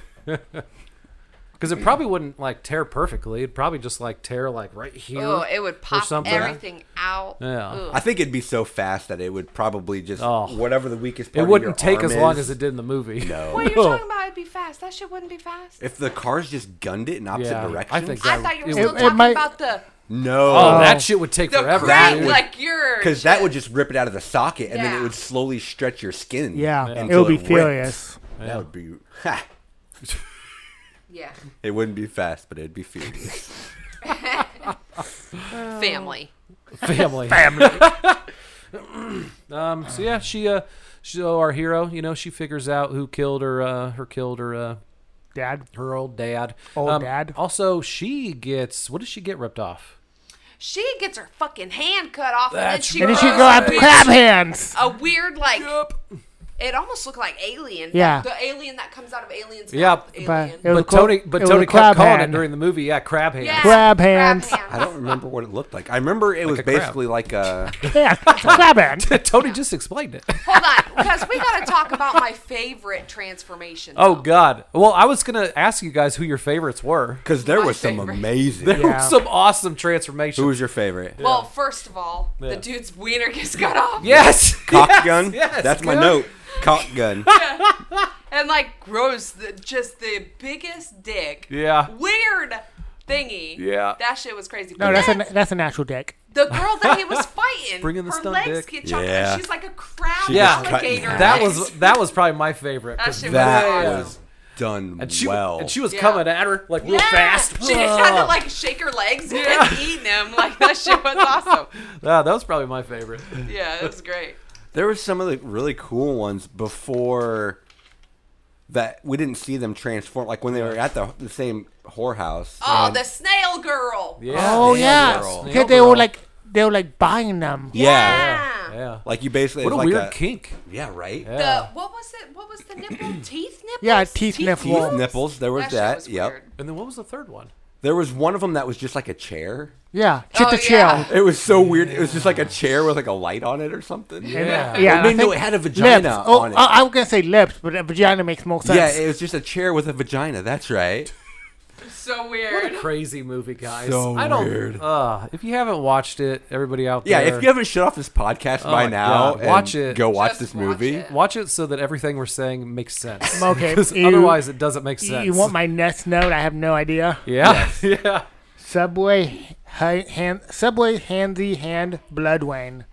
Speaker 3: because it probably wouldn't like tear perfectly. It'd probably just like tear like right here.
Speaker 5: Oh, it would pop
Speaker 3: something.
Speaker 5: everything out.
Speaker 3: Yeah.
Speaker 5: Ooh.
Speaker 2: I think it'd be so fast that it would probably just
Speaker 3: Oh.
Speaker 2: whatever the weakest.
Speaker 3: it
Speaker 2: Part of
Speaker 3: wouldn't
Speaker 2: your
Speaker 3: take
Speaker 2: arm
Speaker 3: as long
Speaker 2: is,
Speaker 3: as it did in the movie.
Speaker 2: No.
Speaker 5: What you're talking about? It'd be fast. That shit wouldn't be fast.
Speaker 2: If the cars just gunned it in opposite
Speaker 3: Yeah, I
Speaker 2: directions,
Speaker 3: think
Speaker 5: I
Speaker 3: that-
Speaker 5: thought you were
Speaker 3: it
Speaker 5: still
Speaker 1: would- it
Speaker 5: talking
Speaker 1: might-
Speaker 5: about the
Speaker 3: Oh,
Speaker 2: no,
Speaker 3: that shit would take
Speaker 5: the
Speaker 3: forever.
Speaker 5: crack,
Speaker 3: dude.
Speaker 5: like
Speaker 1: Oh.
Speaker 5: your
Speaker 2: because that would just rip it out of the socket, and then
Speaker 5: Yeah.
Speaker 2: it would slowly stretch your skin.
Speaker 1: Yeah. It
Speaker 2: until
Speaker 1: would be
Speaker 2: ripped.
Speaker 1: furious.
Speaker 2: That would be. Ha.
Speaker 5: yeah
Speaker 2: It wouldn't be fast, but it'd be furious.
Speaker 3: Oh.
Speaker 5: family.
Speaker 3: family. Family. um. So yeah, she uh, so our hero, you know, she figures out who killed her. Uh, her killed her. Uh,
Speaker 1: Dad.
Speaker 3: her old dad. Um,
Speaker 1: Old dad.
Speaker 3: Also, she gets what does she get ripped off?
Speaker 5: She gets her fucking hand cut off,
Speaker 3: That's
Speaker 5: and
Speaker 1: And
Speaker 5: then
Speaker 1: then
Speaker 5: she
Speaker 1: she
Speaker 5: grows
Speaker 1: go
Speaker 5: a
Speaker 1: up
Speaker 5: big-
Speaker 1: crab hands.
Speaker 5: a weird like it almost looked like alien.
Speaker 1: Yeah.
Speaker 5: the alien that comes out of aliens.
Speaker 3: Yeah,
Speaker 5: mouth,
Speaker 1: but
Speaker 5: alien.
Speaker 1: it was
Speaker 3: But
Speaker 1: a clo-
Speaker 3: Tony,
Speaker 1: it
Speaker 3: but
Speaker 1: was
Speaker 3: Tony
Speaker 1: a
Speaker 3: kept
Speaker 1: crab
Speaker 3: calling it
Speaker 1: hand.
Speaker 3: during the movie. Yeah, crab hand.
Speaker 5: Yeah,
Speaker 1: Crab hands.
Speaker 2: I don't remember what it looked like. I remember it was
Speaker 3: a crab.
Speaker 2: basically like a.
Speaker 1: Yeah, it's a crab hand.
Speaker 3: Tony just explained it.
Speaker 5: Hold on, because we gotta talk about my favorite transformation.
Speaker 3: Oh God. Well, I was gonna ask you guys who your favorites were.
Speaker 2: Because there
Speaker 5: My
Speaker 2: was some
Speaker 5: favorite.
Speaker 2: amazing.
Speaker 3: There
Speaker 1: Yeah.
Speaker 3: were some awesome
Speaker 2: Who
Speaker 3: transformations.
Speaker 2: was your favorite?
Speaker 5: Well, first of all,
Speaker 3: Yeah.
Speaker 5: the dude's wiener gets cut off,
Speaker 3: Yes.
Speaker 2: Cock
Speaker 3: yes,
Speaker 2: gun.
Speaker 3: Yes.
Speaker 2: That's my
Speaker 3: good.
Speaker 2: note. Cock gun.
Speaker 5: and like grows the, just the biggest dick.
Speaker 3: Yeah.
Speaker 5: Weird thingy.
Speaker 3: Yeah.
Speaker 5: That shit was crazy.
Speaker 1: No,
Speaker 5: But
Speaker 1: that's
Speaker 5: then
Speaker 1: a that's an actual dick.
Speaker 5: the girl that he was fighting.
Speaker 3: Bring in the
Speaker 5: her
Speaker 3: stunt
Speaker 5: legs
Speaker 3: dick.
Speaker 5: get chopped off,
Speaker 2: Yeah.
Speaker 5: and She's like a crab
Speaker 2: She
Speaker 3: Yeah.
Speaker 2: was cutting
Speaker 5: alligator.
Speaker 2: half.
Speaker 3: That
Speaker 5: legs.
Speaker 3: was that was probably my favorite.
Speaker 5: That
Speaker 3: 'cause
Speaker 5: shit
Speaker 2: That
Speaker 5: Yeah.
Speaker 2: was done
Speaker 3: and she,
Speaker 2: well.
Speaker 3: And she was
Speaker 5: Yeah.
Speaker 3: coming at her like real
Speaker 5: Yeah.
Speaker 3: fast.
Speaker 5: She just had to
Speaker 3: Ugh.
Speaker 5: like shake her legs
Speaker 3: Yeah.
Speaker 5: and eat them. Like that shit was awesome.
Speaker 3: Ah, that was probably my favorite.
Speaker 5: Yeah, it was great.
Speaker 2: there were some of the really cool ones before that we didn't see them transform. Like when they were at the, the same whorehouse.
Speaker 5: Oh,
Speaker 2: and-
Speaker 5: the snail girl.
Speaker 3: Yeah.
Speaker 1: Oh yeah,
Speaker 2: Um, yeah, girl.
Speaker 1: because they were like they were like buying them.
Speaker 2: yeah.
Speaker 5: Yeah.
Speaker 3: Yeah.
Speaker 2: Like you basically.
Speaker 3: What a
Speaker 2: it's like
Speaker 3: weird kink.
Speaker 2: Yeah, right.
Speaker 5: The
Speaker 3: Yeah.
Speaker 5: what was it? What was the nipple? teeth nipples.
Speaker 1: Yeah, teeth
Speaker 2: Teeth,
Speaker 1: nipples.
Speaker 2: nipples. There was
Speaker 5: That,
Speaker 2: that.
Speaker 5: shit was
Speaker 2: yep.
Speaker 5: weird.
Speaker 3: And then what was the third one?
Speaker 2: There was one of them that was just like a chair.
Speaker 1: Yeah, shit
Speaker 5: Oh,
Speaker 1: to
Speaker 5: yeah.
Speaker 1: chill.
Speaker 2: It was so weird. It was just like a chair with like a light on it or something.
Speaker 3: Yeah.
Speaker 1: Yeah,
Speaker 2: I
Speaker 1: I
Speaker 2: mean, no,
Speaker 1: think
Speaker 2: it had a vagina
Speaker 1: Lips. Oh,
Speaker 2: on it.
Speaker 1: I, I was gonna say lips, but a vagina makes more sense.
Speaker 2: yeah, it was just a chair with a vagina. That's right.
Speaker 5: So
Speaker 3: What
Speaker 5: weird.
Speaker 3: a crazy movie, guys.
Speaker 2: So
Speaker 3: I don't.
Speaker 2: weird.
Speaker 3: Uh, if you haven't watched it, everybody out
Speaker 2: Yeah,
Speaker 3: there.
Speaker 2: if you haven't shut off this podcast
Speaker 3: Oh my
Speaker 2: by now,
Speaker 3: God, watch
Speaker 2: and
Speaker 3: it.
Speaker 2: Go watch
Speaker 5: Just
Speaker 2: this
Speaker 5: watch
Speaker 2: movie.
Speaker 5: it.
Speaker 3: Watch it so that everything we're saying makes sense.
Speaker 1: Okay,
Speaker 3: Because
Speaker 1: you-
Speaker 3: otherwise, it doesn't make sense.
Speaker 1: You want my next note? I have no idea.
Speaker 3: Yeah. Yeah.
Speaker 1: Subway hi, hand, Subway handy hand blood wane.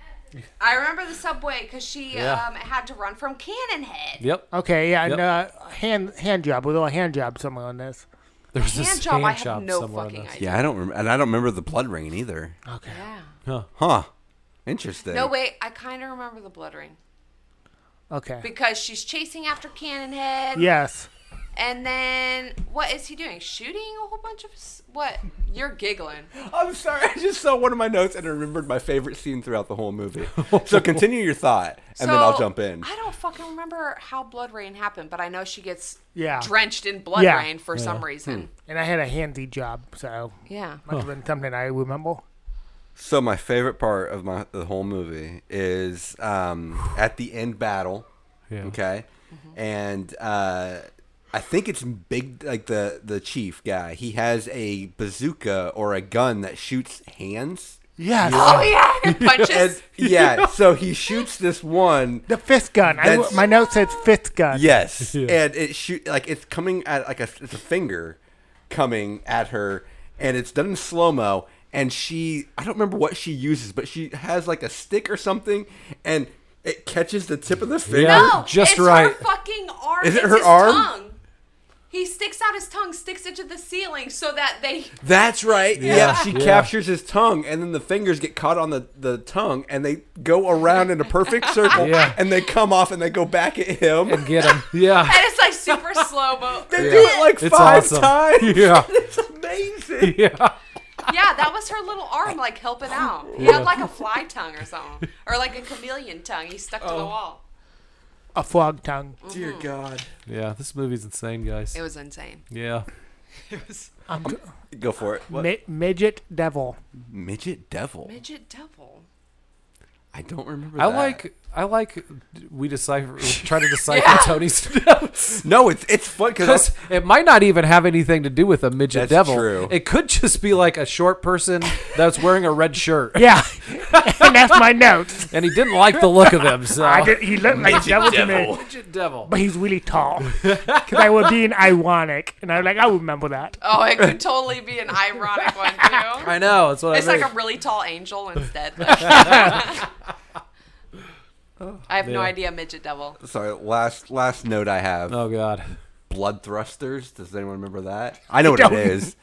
Speaker 5: I remember the subway because she
Speaker 3: Yeah.
Speaker 5: um, had to run from Cannonhead.
Speaker 3: Yep.
Speaker 1: Okay, yeah,
Speaker 3: Yep.
Speaker 1: and uh, hand hand job. We'll do a hand job somewhere on this.
Speaker 3: There was
Speaker 5: Hand
Speaker 3: this
Speaker 5: job. I
Speaker 3: hand
Speaker 5: have
Speaker 3: job
Speaker 5: no
Speaker 3: somewhere in
Speaker 5: fucking
Speaker 3: this.
Speaker 5: idea.
Speaker 2: Yeah, I don't, rem- and I don't remember the blood ring either.
Speaker 1: Okay.
Speaker 5: Yeah.
Speaker 2: Huh? Interesting.
Speaker 5: No, wait. I kind of remember the blood ring
Speaker 1: Okay.
Speaker 5: because she's chasing after Cannonhead.
Speaker 1: yes.
Speaker 5: And then what is he doing? Shooting a whole bunch of s- what? You're giggling.
Speaker 2: I'm sorry. I just saw one of my notes and I remembered my favorite scene throughout the whole movie. so continue your thought, and then I'll
Speaker 5: So,
Speaker 2: jump in.
Speaker 5: I don't fucking remember how blood rain happened, but I know she gets
Speaker 1: Yeah.
Speaker 5: drenched in blood
Speaker 1: Yeah.
Speaker 5: rain for some reason.
Speaker 1: And I had a handy job, so
Speaker 5: Yeah.
Speaker 1: might have been something I remember.
Speaker 2: So my favorite part of my the whole movie is um, at the end battle.
Speaker 3: Yeah.
Speaker 2: Okay.
Speaker 5: Mm-hmm.
Speaker 2: And uh, I think it's big like the the chief guy. He has a bazooka or a gun that shoots hands.
Speaker 1: Yes.
Speaker 5: Oh yeah, and punches.
Speaker 2: And yeah, so he shoots this one.
Speaker 1: The fist gun. I,
Speaker 2: That's-
Speaker 1: my note says fist gun.
Speaker 2: Yes,
Speaker 3: Yeah.
Speaker 2: and it shoot like it's coming at like a it's a finger coming at her, and it's done in slow mo. And she, I don't remember what she uses, but she has like a stick or something, and it catches the tip of the finger.
Speaker 3: Yeah.
Speaker 5: no,
Speaker 3: Just
Speaker 5: it's
Speaker 3: right.
Speaker 5: Her fucking arm.
Speaker 2: uh, Is it
Speaker 5: It's
Speaker 2: her
Speaker 5: his
Speaker 2: arm?
Speaker 5: Tongue. He sticks out his tongue, sticks it to the ceiling, so that they.
Speaker 2: That's right. Yeah,
Speaker 3: Yeah.
Speaker 2: she
Speaker 3: Yeah.
Speaker 2: captures his tongue, and then the fingers get caught on the, the tongue, and they go around in a perfect circle,
Speaker 3: Yeah.
Speaker 2: and they come off, and they go back at him.
Speaker 3: and get him. Yeah.
Speaker 5: And it's like super slow mo.
Speaker 2: They do it like
Speaker 3: It's
Speaker 2: five
Speaker 3: awesome.
Speaker 2: times.
Speaker 3: Yeah.
Speaker 2: it's amazing.
Speaker 3: Yeah.
Speaker 5: Yeah, that was her little arm, like helping out. He had like a fly tongue or something, or like a chameleon tongue. He stuck to the wall.
Speaker 1: A frog tongue.
Speaker 2: Dear God,
Speaker 3: Yeah. This movie's insane, guys.
Speaker 5: It was insane.
Speaker 3: Yeah.
Speaker 1: I'm g-
Speaker 2: go for it. What?
Speaker 1: mi- midget devil.
Speaker 2: Midget devil.
Speaker 5: Midget devil.
Speaker 2: I don't remember.
Speaker 3: I
Speaker 2: that.
Speaker 3: like. I like. We decipher. Try to decipher Tony's notes.
Speaker 2: No, it's it's fun
Speaker 3: Because
Speaker 2: because
Speaker 3: it might not even have anything to do with a midget
Speaker 2: That's
Speaker 3: devil.
Speaker 2: true.
Speaker 3: It could just be like a short person that's wearing a red shirt,
Speaker 1: Yeah. and that's my note.
Speaker 3: and he didn't like the look of them. So
Speaker 1: I did, he looked like a devil, to me.
Speaker 3: midget devil.
Speaker 1: But he's really tall. Because I was being ironic. And I was like, I remember that.
Speaker 5: Oh, it could totally be an ironic one too.
Speaker 3: I know. That's what
Speaker 5: It's
Speaker 3: I mean.
Speaker 5: like a really tall angel instead. I have no
Speaker 3: Yeah.
Speaker 5: idea, midget devil.
Speaker 2: sorry. Last last note I have.
Speaker 1: Uh,
Speaker 3: oh God.
Speaker 2: Bloodthrusters. Does anyone remember that? I know what it
Speaker 1: don't.
Speaker 2: is.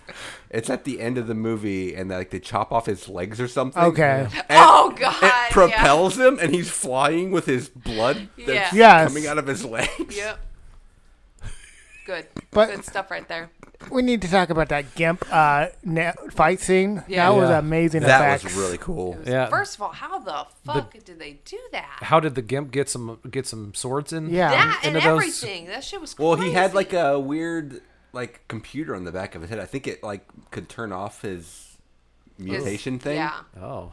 Speaker 2: It's at the end of the movie, and like they chop off his legs or something.
Speaker 1: Okay.
Speaker 2: And
Speaker 5: Oh, God, yeah.
Speaker 2: It propels him, and he's flying with his blood
Speaker 1: Yeah.
Speaker 2: that's
Speaker 1: Yes.
Speaker 2: coming out of his legs.
Speaker 5: Yep. Good.
Speaker 1: But-
Speaker 5: Good stuff right there.
Speaker 1: We need to talk about that Gimp uh, na- fight scene.
Speaker 5: Yeah.
Speaker 1: That was
Speaker 3: Yeah.
Speaker 1: amazing
Speaker 2: That
Speaker 1: effects.
Speaker 2: was really cool.
Speaker 3: Yeah.
Speaker 5: First of all, how the fuck did they do that?
Speaker 3: How did the gimp get some get some swords in?
Speaker 1: Yeah.
Speaker 5: That
Speaker 3: into those-
Speaker 5: and everything. That shit was crazy.
Speaker 2: Well, he had like a weird like computer on the back of his head. I think it like could turn off his
Speaker 5: His-
Speaker 2: mutation thing.
Speaker 5: Yeah.
Speaker 3: Oh.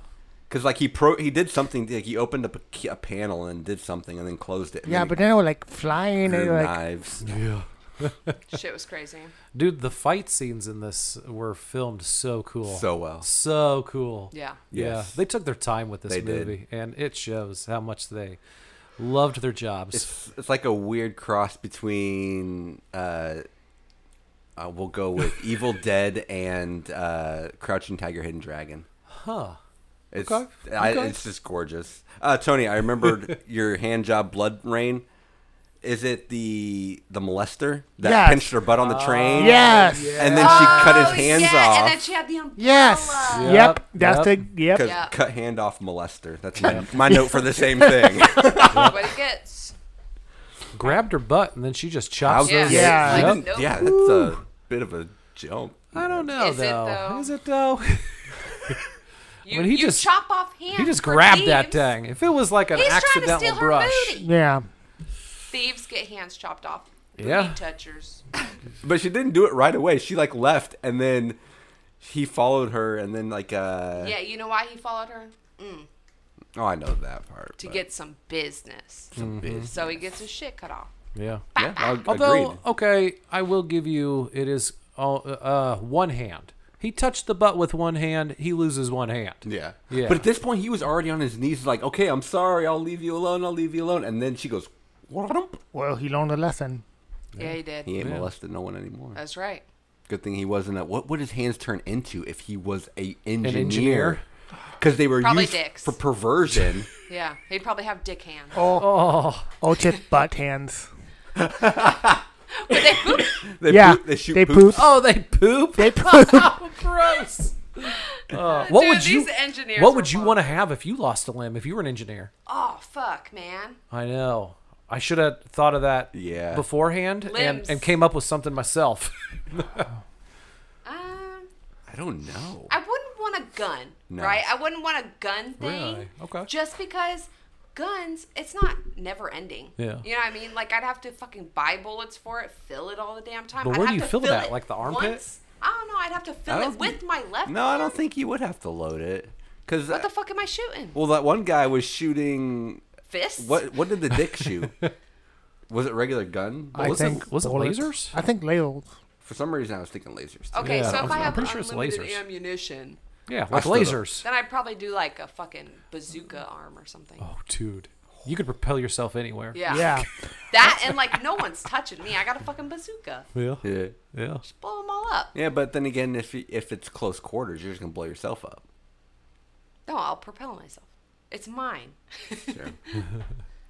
Speaker 2: Because like he pro he did something like he opened up a, key- a panel and did something and then closed it. and
Speaker 1: Yeah,
Speaker 2: then
Speaker 1: but
Speaker 2: it
Speaker 1: then they were like flying and
Speaker 2: grew
Speaker 1: they were, like
Speaker 2: knives.
Speaker 3: Yeah.
Speaker 5: Shit was crazy.
Speaker 3: Dude, the fight scenes in this were filmed so cool.
Speaker 2: So well.
Speaker 3: So cool.
Speaker 5: Yeah.
Speaker 2: Yes.
Speaker 3: Yeah. They took their time with this
Speaker 2: They did.
Speaker 3: movie and it shows how much they loved their jobs.
Speaker 2: It's it's like a weird cross between uh, uh we'll go with Evil Dead and uh Crouching Tiger, Hidden Dragon.
Speaker 3: huh.
Speaker 2: It's
Speaker 3: Okay.
Speaker 2: I,
Speaker 3: Okay.
Speaker 2: it's just gorgeous. Uh, Tony, I remembered your hand job blood rain. Is it the the molester that
Speaker 1: Yes. Ah.
Speaker 2: pinched her butt on the train?
Speaker 1: Yes.
Speaker 2: And then she cut his hands
Speaker 5: Oh, yeah, and then
Speaker 2: off.
Speaker 5: she had the umbrella.
Speaker 1: Yes.
Speaker 3: Yep,
Speaker 1: Yep. That's
Speaker 3: yep.
Speaker 1: the yep.
Speaker 2: Because
Speaker 5: Yeah.
Speaker 2: cut hand off molester. That's my, my note for the same thing.
Speaker 5: What it gets.
Speaker 3: Grabbed her butt and then she just chops
Speaker 2: How's
Speaker 5: Yeah.
Speaker 2: those-
Speaker 1: Yeah.
Speaker 2: I
Speaker 1: Yep.
Speaker 2: didn't- yeah, that's a bit of a jump.
Speaker 3: I don't know
Speaker 5: Is it,
Speaker 3: though.
Speaker 5: though?
Speaker 3: Is it though?
Speaker 5: You,
Speaker 3: When he
Speaker 5: you
Speaker 3: just-
Speaker 5: chop off hands.
Speaker 3: he just
Speaker 5: for
Speaker 3: grabbed
Speaker 5: thieves.
Speaker 3: that thing. If it was like an
Speaker 5: He's trying to
Speaker 3: accidental
Speaker 5: steal
Speaker 3: brush.
Speaker 5: her booty.
Speaker 1: Yeah.
Speaker 5: Thieves get hands chopped off.
Speaker 3: Yeah.
Speaker 5: Booty touchers.
Speaker 2: But she didn't do it right away. She like left and then he followed her and then like uh
Speaker 5: Yeah, you know why he followed her?
Speaker 2: oh I know that part.
Speaker 5: To
Speaker 2: but-
Speaker 5: get some business.
Speaker 2: Mm-hmm.
Speaker 5: So he gets his shit cut off.
Speaker 3: Yeah.
Speaker 2: yeah, I-
Speaker 3: Although,
Speaker 2: agreed.
Speaker 3: okay, I will give you it is all, uh, one hand. He touched the butt with one hand. He loses one hand.
Speaker 2: Yeah.
Speaker 3: Yeah.
Speaker 2: But at this point, he was already on his knees, like, okay, I'm sorry, I'll leave you alone, I'll leave you alone. And then she goes, "Whadump."
Speaker 1: Well, he learned a lesson.
Speaker 5: Yeah, he did.
Speaker 2: He ain't molested no one anymore.
Speaker 5: That's right.
Speaker 2: Good thing he wasn't a. What would his hands turn into if he was a engineer?
Speaker 3: engineer.
Speaker 2: Because they were
Speaker 5: Probably
Speaker 2: used
Speaker 5: dicks.
Speaker 2: for perversion.
Speaker 5: Yeah. He'd probably have dick hands.
Speaker 3: Oh.
Speaker 1: Or just butt hands.
Speaker 5: But they poop.
Speaker 2: They
Speaker 1: yeah.
Speaker 2: poop- they shoot
Speaker 1: they
Speaker 2: poops.
Speaker 1: poop.
Speaker 3: Oh, they poop.
Speaker 1: They poop.
Speaker 3: Gross. Uh, what
Speaker 5: Dude,
Speaker 3: would you?
Speaker 5: these engineers
Speaker 3: What
Speaker 5: were
Speaker 3: would you
Speaker 5: fun.
Speaker 3: want to have if you lost a limb? If you were an engineer?
Speaker 5: Oh fuck, man.
Speaker 3: I know. I should have thought of that
Speaker 2: Yeah.
Speaker 3: beforehand and,
Speaker 5: Limbs.
Speaker 3: and came up with something myself.
Speaker 5: Um,
Speaker 2: I don't know.
Speaker 5: I wouldn't want a gun,
Speaker 2: No.
Speaker 5: right? I wouldn't want a gun thing.
Speaker 3: Really? Okay.
Speaker 5: Just because guns, it's not never ending.
Speaker 3: Yeah.
Speaker 5: You know what I mean? Like I'd have to fucking buy bullets for it, fill it all the damn time.
Speaker 3: But
Speaker 5: I'd
Speaker 3: where do
Speaker 5: have
Speaker 3: you
Speaker 5: to
Speaker 3: fill it at?
Speaker 5: it
Speaker 3: Like the armpit?
Speaker 5: once. I don't know. I'd have to fill
Speaker 2: I
Speaker 5: it
Speaker 2: don't
Speaker 5: with my left.
Speaker 2: no, I
Speaker 5: arm.
Speaker 2: don't think he would have to load it. Because
Speaker 5: What the fuck am I shooting?
Speaker 2: well, that one guy was shooting.
Speaker 5: Fists?
Speaker 2: What what did the dick shoot? was it regular gun?
Speaker 1: I
Speaker 3: Was it-
Speaker 1: think
Speaker 3: was it
Speaker 1: bullets.
Speaker 3: lasers?
Speaker 1: I think lasers.
Speaker 2: For some reason, I was thinking lasers. Too.
Speaker 5: Okay,
Speaker 3: Yeah,
Speaker 5: so if
Speaker 3: I'm-
Speaker 5: I
Speaker 3: I'm
Speaker 5: have
Speaker 3: pretty sure it's
Speaker 5: unlimited
Speaker 3: lasers.
Speaker 5: ammunition,
Speaker 3: Yeah, like
Speaker 2: still don't-
Speaker 3: lasers.
Speaker 5: Then I'd probably do like a fucking bazooka arm or something.
Speaker 3: Oh, dude. You could propel yourself anywhere.
Speaker 5: Yeah.
Speaker 1: Yeah.
Speaker 5: That and like no one's touching me. I got a fucking bazooka.
Speaker 3: Yeah.
Speaker 2: Yeah.
Speaker 3: Yeah.
Speaker 5: Just blow them all up.
Speaker 2: Yeah, but then again, if you, if it's close quarters, you're just gonna blow yourself up.
Speaker 5: No, I'll propel myself. It's mine.
Speaker 2: Sure.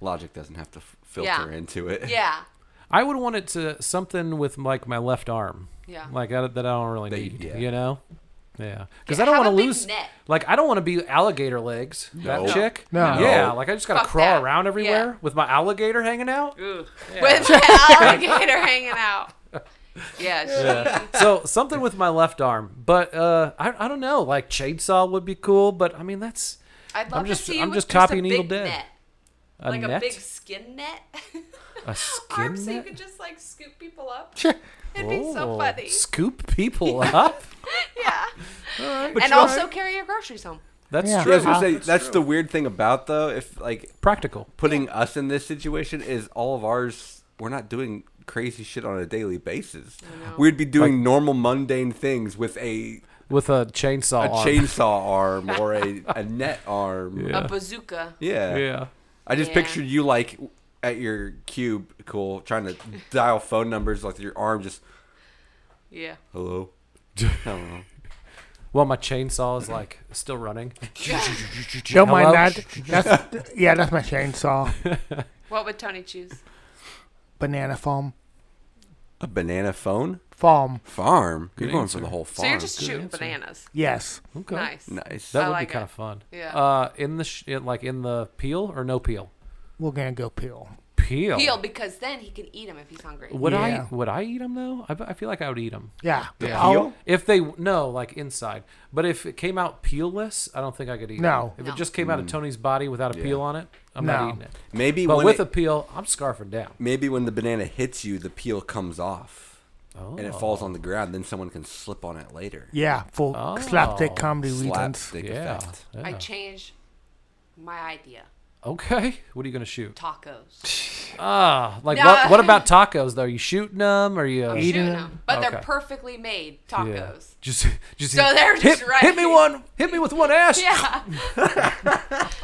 Speaker 2: Logic doesn't have to f- filter
Speaker 5: Yeah.
Speaker 2: into it.
Speaker 5: Yeah.
Speaker 3: I would want it to something with like my left arm.
Speaker 5: Yeah.
Speaker 3: Like I, that I don't really
Speaker 2: That you-
Speaker 3: need.
Speaker 2: yeah.
Speaker 3: You know. Yeah. Because
Speaker 5: Yeah,
Speaker 3: I don't
Speaker 5: have
Speaker 3: want to
Speaker 5: a big
Speaker 3: lose.
Speaker 5: net.
Speaker 3: Like I don't want to be alligator legs.
Speaker 2: No.
Speaker 3: That chick.
Speaker 1: No. No.
Speaker 3: Yeah. Like I just gotta
Speaker 5: Fuck
Speaker 3: crawl
Speaker 5: that.
Speaker 3: around everywhere
Speaker 5: Yeah.
Speaker 3: with my alligator hanging out.
Speaker 5: With my alligator hanging out. Yeah. She,
Speaker 3: so something with my left arm, but uh, I, I don't know. Like chainsaw would be cool, but I mean that's
Speaker 5: I'd love
Speaker 3: I'm just-
Speaker 5: to see you
Speaker 3: I'm
Speaker 5: with
Speaker 3: just
Speaker 5: a
Speaker 3: copying Evil
Speaker 5: big
Speaker 3: Dead.
Speaker 5: Net.
Speaker 3: a
Speaker 5: like
Speaker 3: net,
Speaker 5: a big skin net.
Speaker 3: a skin
Speaker 5: Arm so you
Speaker 3: net.
Speaker 5: could just like scoop people up.
Speaker 1: Sure.
Speaker 5: It'd be so
Speaker 3: Oh,
Speaker 5: funny.
Speaker 3: Scoop people up.
Speaker 5: Yeah.
Speaker 3: But
Speaker 5: and
Speaker 3: you're
Speaker 5: also
Speaker 3: right.
Speaker 5: carry your groceries home.
Speaker 3: that's
Speaker 1: Yeah.
Speaker 2: Yeah, I was
Speaker 3: true.
Speaker 2: gonna say, that's the weird thing about though, if like
Speaker 3: Practical.
Speaker 2: putting us in this situation is all of ours. We're not doing crazy shit on a daily basis. We'd be doing normal mundane things with a,
Speaker 3: with a
Speaker 2: a
Speaker 3: chainsaw. arm.
Speaker 2: chainsaw arm or a, a net arm.
Speaker 3: Yeah.
Speaker 5: A bazooka.
Speaker 2: Yeah.
Speaker 3: Yeah.
Speaker 2: I just
Speaker 5: Yeah.
Speaker 2: pictured you like at your cubicle trying to dial phone numbers like your arm just
Speaker 5: Yeah.
Speaker 2: hello. Hello.
Speaker 3: Well, my chainsaw is like still running.
Speaker 1: Don't mind
Speaker 3: Hello?
Speaker 1: that. That's yeah, that's my chainsaw.
Speaker 5: What would Tony choose?
Speaker 1: Banana farm.
Speaker 2: A banana phone?
Speaker 1: Farm.
Speaker 2: Farm. You're
Speaker 3: Good
Speaker 2: going
Speaker 3: answer.
Speaker 2: for the whole farm.
Speaker 5: So you're just Uh,
Speaker 3: Good
Speaker 5: shooting
Speaker 3: answer.
Speaker 5: bananas.
Speaker 1: Yes.
Speaker 3: Okay.
Speaker 5: Nice.
Speaker 2: nice.
Speaker 3: That
Speaker 5: I
Speaker 3: would
Speaker 5: like
Speaker 3: be kind
Speaker 5: it.
Speaker 3: of fun.
Speaker 5: Yeah.
Speaker 3: Uh, in the sh- in, like in the peel or no peel?
Speaker 1: We're gonna go peel.
Speaker 3: Peel.
Speaker 5: Peel because then he can eat them if he's hungry.
Speaker 3: Would
Speaker 1: Yeah.
Speaker 3: I would I eat them though? I, I feel like I would eat them.
Speaker 1: Yeah.
Speaker 3: Yeah.
Speaker 1: I'll-
Speaker 2: Peel?
Speaker 3: If they no, like inside. But if it came out peelless, I don't think I could eat
Speaker 1: No.
Speaker 3: it. If
Speaker 5: No.
Speaker 3: it just came out of Tony's body without a peel on it, I'm
Speaker 1: No.
Speaker 3: not eating it.
Speaker 2: Maybe
Speaker 3: But
Speaker 2: when
Speaker 3: with
Speaker 2: it-
Speaker 3: a peel, I'm scarfing down.
Speaker 2: maybe when the banana hits you, the peel comes off and it
Speaker 3: Oh.
Speaker 2: falls on the ground. Then someone can slip on it later.
Speaker 1: Yeah, for
Speaker 3: Oh.
Speaker 1: slapstick comedy reasons.
Speaker 2: Slapstick
Speaker 3: Yeah.
Speaker 2: effect.
Speaker 5: I
Speaker 3: yeah.
Speaker 5: change my idea.
Speaker 3: okay. What are you gonna shoot?
Speaker 5: Tacos.
Speaker 3: Ah, like
Speaker 5: No.
Speaker 3: what? What about tacos though? Are you shooting them? Are you uh,
Speaker 1: Eating
Speaker 5: Shooting
Speaker 1: 'em.
Speaker 5: them. But they're
Speaker 3: Okay.
Speaker 5: perfectly made
Speaker 3: Yeah.
Speaker 5: tacos.
Speaker 3: Just, just
Speaker 5: So they're
Speaker 3: hit,
Speaker 5: just right.
Speaker 3: Hit me one. Hit me with one ass.
Speaker 5: Yeah.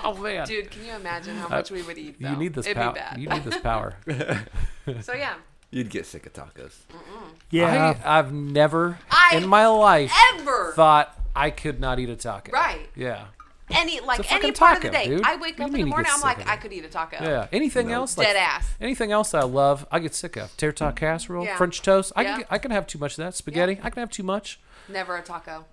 Speaker 3: Oh man,
Speaker 5: Dude, can you imagine how much we would eat though?
Speaker 3: Uh, you need this
Speaker 5: It'd
Speaker 3: power.
Speaker 5: be bad.
Speaker 3: You need this power.
Speaker 5: So yeah.
Speaker 2: You'd get sick of tacos.
Speaker 1: Yeah.
Speaker 3: I, I've never
Speaker 5: I
Speaker 3: in my life
Speaker 5: Ever
Speaker 3: thought I could not eat a taco.
Speaker 5: Right.
Speaker 3: Yeah.
Speaker 5: any like
Speaker 3: fucking
Speaker 5: any part of the
Speaker 3: taco,
Speaker 5: day.
Speaker 3: dude.
Speaker 5: I
Speaker 3: What
Speaker 5: wake
Speaker 3: do you
Speaker 5: up in
Speaker 3: mean
Speaker 5: the
Speaker 3: you
Speaker 5: morning,
Speaker 3: get
Speaker 5: I'm
Speaker 3: sick
Speaker 5: like,
Speaker 3: of it?
Speaker 5: I could eat a taco.
Speaker 3: Yeah. Anything else? Like,
Speaker 5: Dead ass.
Speaker 3: Anything else that I love, I get sick of. Tartar casserole,
Speaker 5: Yeah.
Speaker 3: French toast. I
Speaker 5: Yeah.
Speaker 3: can, get- I can have too much of that. Spaghetti. I can have too much.
Speaker 5: Never a taco.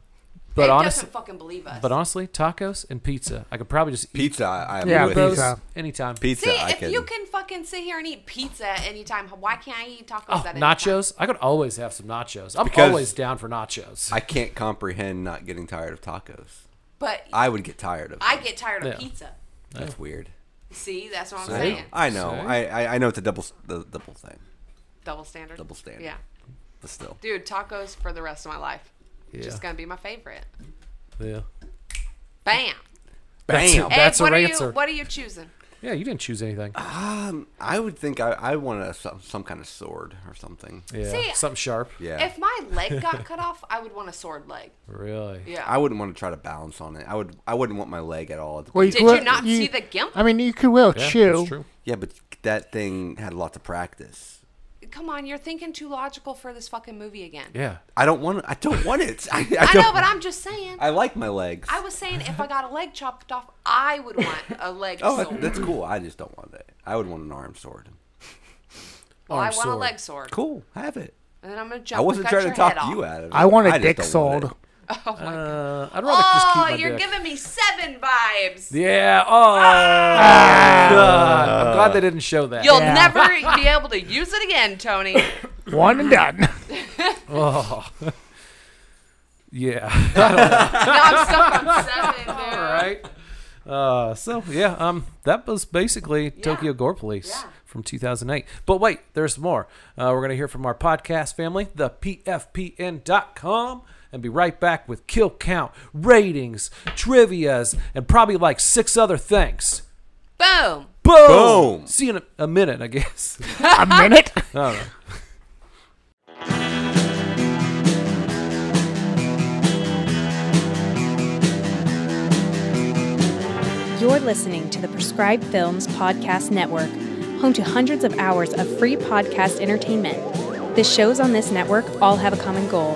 Speaker 3: But
Speaker 5: it
Speaker 3: honestly,
Speaker 5: doesn't fucking believe us.
Speaker 3: but honestly, tacos and pizza. I could probably just eat
Speaker 2: Pizza, I, I'm
Speaker 1: Yeah,
Speaker 2: with.
Speaker 3: those
Speaker 1: pizza.
Speaker 3: anytime.
Speaker 2: Pizza,
Speaker 5: See,
Speaker 2: I
Speaker 5: if
Speaker 2: can.
Speaker 5: you can fucking sit here and eat pizza at any time, why can't I eat tacos
Speaker 3: Oh,
Speaker 5: at any time?
Speaker 3: nachos. I could always have some nachos. I'm
Speaker 2: Because-
Speaker 3: always down for nachos.
Speaker 2: I can't comprehend not getting tired of tacos.
Speaker 5: But I,
Speaker 2: I would get tired of. them.
Speaker 5: get tired of
Speaker 3: Yeah.
Speaker 5: pizza.
Speaker 2: That's weird.
Speaker 5: See, that's what I'm
Speaker 2: I,
Speaker 5: saying.
Speaker 2: know- I know. I, I I know it's a double s- the double thing,
Speaker 5: Double standard.
Speaker 2: double standard.
Speaker 5: Yeah.
Speaker 2: but still.
Speaker 5: Dude, tacos for the rest of my life.
Speaker 3: yeah.
Speaker 5: Just gonna be my favorite.
Speaker 3: yeah.
Speaker 5: Bam.
Speaker 2: Bam.
Speaker 3: Hey. That's
Speaker 5: Ed, what
Speaker 3: our
Speaker 5: are
Speaker 3: answer.
Speaker 5: you what are you choosing?
Speaker 3: Yeah, you didn't choose anything.
Speaker 5: Ah,
Speaker 2: Um, I would think I I want a, some some kind of sword or something.
Speaker 3: Yeah.
Speaker 5: See,
Speaker 3: something sharp.
Speaker 2: Yeah.
Speaker 5: If my leg got cut off, I would want a sword leg.
Speaker 3: Really.
Speaker 5: Yeah.
Speaker 2: I wouldn't want to try to balance on it. I would. I wouldn't want my leg at all.
Speaker 1: Well,
Speaker 5: Did
Speaker 1: could-
Speaker 5: you not see the gimp?
Speaker 1: I mean, you could wear a
Speaker 3: Yeah,
Speaker 1: shoe.
Speaker 3: That's true.
Speaker 2: yeah, but that thing had lots of practice.
Speaker 5: Come on, you're thinking too logical for this fucking movie again.
Speaker 3: Yeah.
Speaker 2: I don't want. I don't want it. I, I,
Speaker 5: I
Speaker 2: don't,
Speaker 5: know, but I'm just saying.
Speaker 2: I like my legs.
Speaker 5: I was saying if I got a leg chopped off, I would want a leg
Speaker 2: oh, that-
Speaker 5: sword.
Speaker 2: that's cool. I just don't want it. I would want an arm sword.
Speaker 5: Well, I
Speaker 3: arm
Speaker 5: want a
Speaker 3: sword.
Speaker 5: leg sword.
Speaker 2: Cool. Have it.
Speaker 5: And then I'm gonna jump.
Speaker 2: I wasn't
Speaker 5: and cut
Speaker 2: trying
Speaker 5: your
Speaker 2: to talk
Speaker 5: head off.
Speaker 2: you out of it.
Speaker 1: I want a
Speaker 2: a
Speaker 1: dick sold.
Speaker 5: Oh my god.
Speaker 3: Uh, I'd rather just keep
Speaker 5: Oh,
Speaker 3: my
Speaker 5: you're
Speaker 3: dick.
Speaker 5: giving me seven vibes.
Speaker 3: Yeah. Oh.
Speaker 1: Ah,
Speaker 3: God. I'm glad they didn't show that.
Speaker 5: Ah. You'll
Speaker 1: Yeah.
Speaker 5: never be able to use it again, Tony.
Speaker 1: One and done.
Speaker 3: Oh. yeah.
Speaker 5: No, I'm stuck on seven, dude.
Speaker 3: All right. Uh, so yeah, um, that was basically Tokyo Gore Police
Speaker 5: Yeah.
Speaker 3: from 2008. But wait, there's more. Uh, we're gonna hear from our podcast family, the PFPN.com, and be right back with kill count, ratings, trivia's, and probably like six other things.
Speaker 5: Boom.
Speaker 3: Boom.
Speaker 2: Boom.
Speaker 3: See you in a, a minute, I guess.
Speaker 1: a minute.
Speaker 6: You're listening to the Prescribed Films Podcast Network, home to hundreds of hours of free podcast entertainment. The shows on this network all have a common goal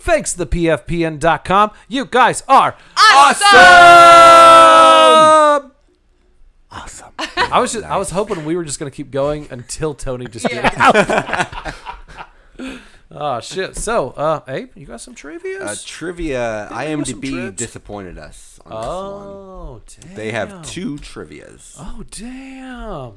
Speaker 3: Thanks, to thepfpn.com. You guys are
Speaker 5: Awesome!
Speaker 3: awesome.
Speaker 1: Awesome.
Speaker 3: I was just, I was hoping we were just gonna keep going until Tony just. did it.
Speaker 5: Yeah.
Speaker 3: Oh shit! So, uh, Abe, you got some trivia?
Speaker 2: Uh, trivia.
Speaker 3: some
Speaker 2: IMDb
Speaker 3: trips.
Speaker 2: disappointed us on this one.
Speaker 3: oh damn!
Speaker 2: They have two trivias.
Speaker 3: Oh damn!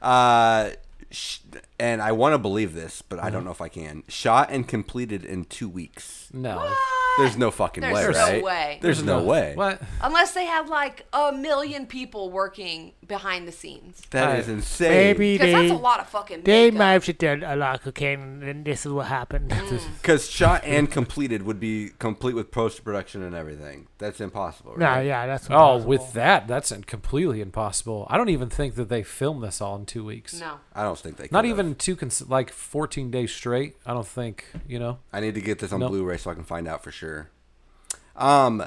Speaker 2: Uh, sh- and I want to believe this, but
Speaker 3: Uh-huh.
Speaker 2: I don't know if I can. Shot and completed in two weeks.
Speaker 3: No.
Speaker 2: There's no fucking
Speaker 5: There's
Speaker 2: way,
Speaker 5: no
Speaker 2: right?
Speaker 5: way.
Speaker 2: There's no way.
Speaker 3: What?
Speaker 5: Unless they had like a million people working behind the scenes.
Speaker 2: That
Speaker 3: Right.
Speaker 2: is insane.
Speaker 1: Maybe
Speaker 5: Because that's
Speaker 1: they
Speaker 5: a lot of fucking
Speaker 1: they
Speaker 5: makeup.
Speaker 1: might have just done a lot of cocaine, and this is what happened.
Speaker 5: Mm.
Speaker 2: Because shot and completed would be complete with post production and everything. That's impossible.
Speaker 1: no,
Speaker 2: Right?
Speaker 1: yeah, that's
Speaker 3: Oh,
Speaker 1: impossible.
Speaker 3: with that, that's in- completely impossible. I don't even think that they filmed this all in two weeks.
Speaker 5: No.
Speaker 2: I don't think they.
Speaker 3: Not
Speaker 2: could've.
Speaker 3: even two, cons- like 14 days straight. I don't think, you know.
Speaker 2: I need to get this on
Speaker 3: Nope.
Speaker 2: Blu-ray so I can find out for sure. Um,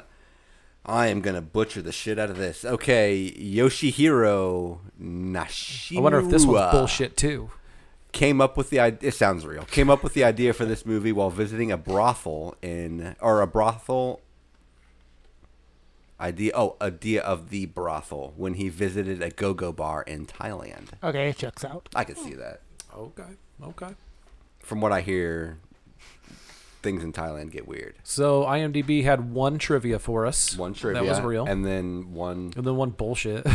Speaker 2: I am gonna butcher the shit out of this. Okay, Yoshihiro Nashirua.
Speaker 3: I wonder if this one's bullshit too.
Speaker 2: came up with the idea. It sounds real. Came up with the idea for this movie while visiting a brothel in or a brothel idea. Oh, idea of the brothel when he visited a go-go bar in Thailand.
Speaker 1: okay, it checks out.
Speaker 2: I could see that.
Speaker 3: Okay. Okay.
Speaker 2: From what I hear, things in Thailand get weird.
Speaker 3: So IMDb had one trivia for us.
Speaker 2: One trivia,
Speaker 3: That was real. And,
Speaker 2: and then one.
Speaker 3: then one bullshit.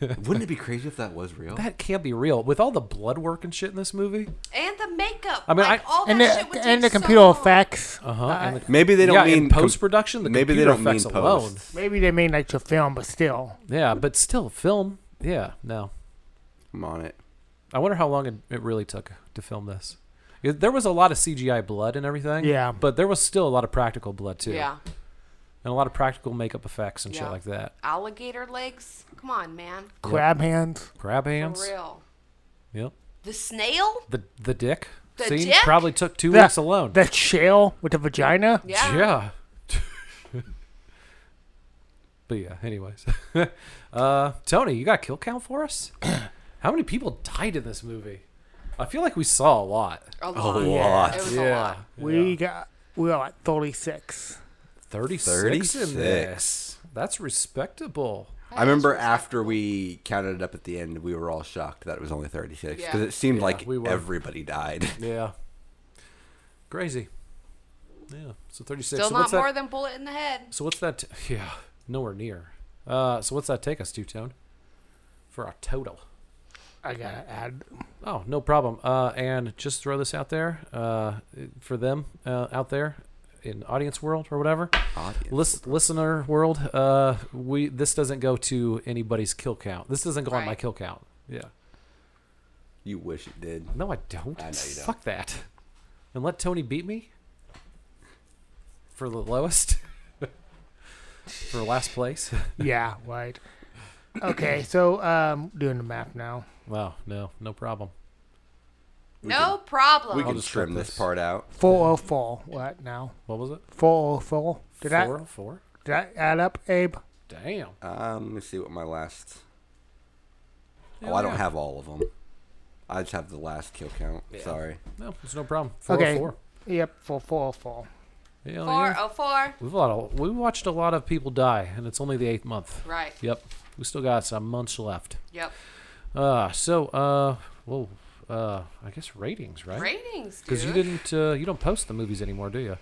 Speaker 2: Wouldn't it be crazy if that was real?
Speaker 3: that can't be real. With all the blood work and shit in this movie.
Speaker 5: And the makeup.
Speaker 3: I mean,
Speaker 5: like,
Speaker 3: I-
Speaker 5: all that
Speaker 1: And
Speaker 5: shit would
Speaker 1: the, and the
Speaker 5: take so
Speaker 1: computer
Speaker 5: long.
Speaker 1: effects.
Speaker 3: Uh-huh. and the-
Speaker 2: Maybe they don't
Speaker 3: yeah,
Speaker 2: mean
Speaker 3: in
Speaker 2: com-
Speaker 3: post-production, the
Speaker 2: maybe they
Speaker 3: computer
Speaker 2: don't mean
Speaker 3: effects alone.
Speaker 2: post.
Speaker 1: Maybe they mean like to film, but still.
Speaker 3: Yeah, but still, film. Yeah, no.
Speaker 2: I'm on it.
Speaker 3: I wonder how long it, it really took to film this. Yeah, There was a lot of CGI blood and everything.
Speaker 1: Yeah.
Speaker 3: But there was still a lot of practical blood too.
Speaker 5: Yeah.
Speaker 3: And a lot of practical makeup effects and
Speaker 5: Yeah.
Speaker 3: shit like that.
Speaker 5: Alligator legs. Come on, man.
Speaker 1: Crab hands.
Speaker 3: Crab
Speaker 5: For
Speaker 3: hands.
Speaker 5: real.
Speaker 3: Yep.
Speaker 5: The snail?
Speaker 3: The the dick
Speaker 5: The
Speaker 3: scene
Speaker 5: dick?
Speaker 3: probably took two
Speaker 1: That-
Speaker 3: weeks alone.
Speaker 1: That shell with the vagina.
Speaker 5: Yeah.
Speaker 3: yeah. but yeah, anyways. uh Tony, you got a kill count for us? how many people died in this movie? I feel like we saw a lot.
Speaker 5: A lot.
Speaker 2: lot.
Speaker 5: It was a
Speaker 3: yeah.
Speaker 5: lot.
Speaker 1: We got we are at thirty six.
Speaker 3: 36,
Speaker 2: 36.
Speaker 3: in this. That's respectable.
Speaker 2: I remember after we counted it up at the end, we were all shocked that it was only 36 because
Speaker 5: Yeah.
Speaker 2: it seemed like
Speaker 3: we were.
Speaker 2: everybody died.
Speaker 3: Yeah. Crazy. Yeah. So 36.
Speaker 5: Still
Speaker 3: so
Speaker 5: not
Speaker 3: what's
Speaker 5: more
Speaker 3: that,
Speaker 5: than bullet in the head.
Speaker 3: So what's that? T- yeah. Nowhere near. Uh, so what's that take us to, Tone? For our total.
Speaker 1: I gotta add
Speaker 3: Oh, no problem. Uh, and just throw this out there uh, for them uh, out there in audience world or whatever.
Speaker 2: Audience
Speaker 3: Lis- listener world. Uh, we this doesn't go to anybody's kill count. This doesn't go on my
Speaker 5: Right.
Speaker 3: kill count. Yeah.
Speaker 2: You wish it did.
Speaker 3: No, I don't.
Speaker 2: I know you don't.
Speaker 3: Fuck that. And let Tony beat me for the lowest, for last place.
Speaker 1: Yeah, right. Okay, so um doing the map now.
Speaker 3: wow, no, no problem.
Speaker 5: no problem.
Speaker 2: We can
Speaker 3: just
Speaker 2: trim
Speaker 3: flip
Speaker 2: this
Speaker 3: this.
Speaker 2: part out.
Speaker 1: Four oh four. What now?
Speaker 3: What was it?
Speaker 1: Four oh four. Did that
Speaker 3: four, four.
Speaker 1: did that add up, Abe?
Speaker 3: Damn.
Speaker 2: Um, let me see what my last. Oh,
Speaker 3: Hell
Speaker 2: I don't
Speaker 3: yeah.
Speaker 2: have all of them. I just have the last kill count. Sorry.
Speaker 3: No, it's no problem. Four,
Speaker 1: Okay.
Speaker 3: four.
Speaker 1: Yep, for four oh four.
Speaker 3: Hell yeah.
Speaker 5: oh, 404.
Speaker 3: We've a lot of, we watched a lot of people die, and it's only the eighth month.
Speaker 5: Right.
Speaker 3: Yep. We still got some months left.
Speaker 5: Yep.
Speaker 3: Uh, so uh, whoa. Uh, I guess ratings, right?
Speaker 5: Ratings, dude.
Speaker 3: Because you didn't, uh, you don't post the movies anymore, do you?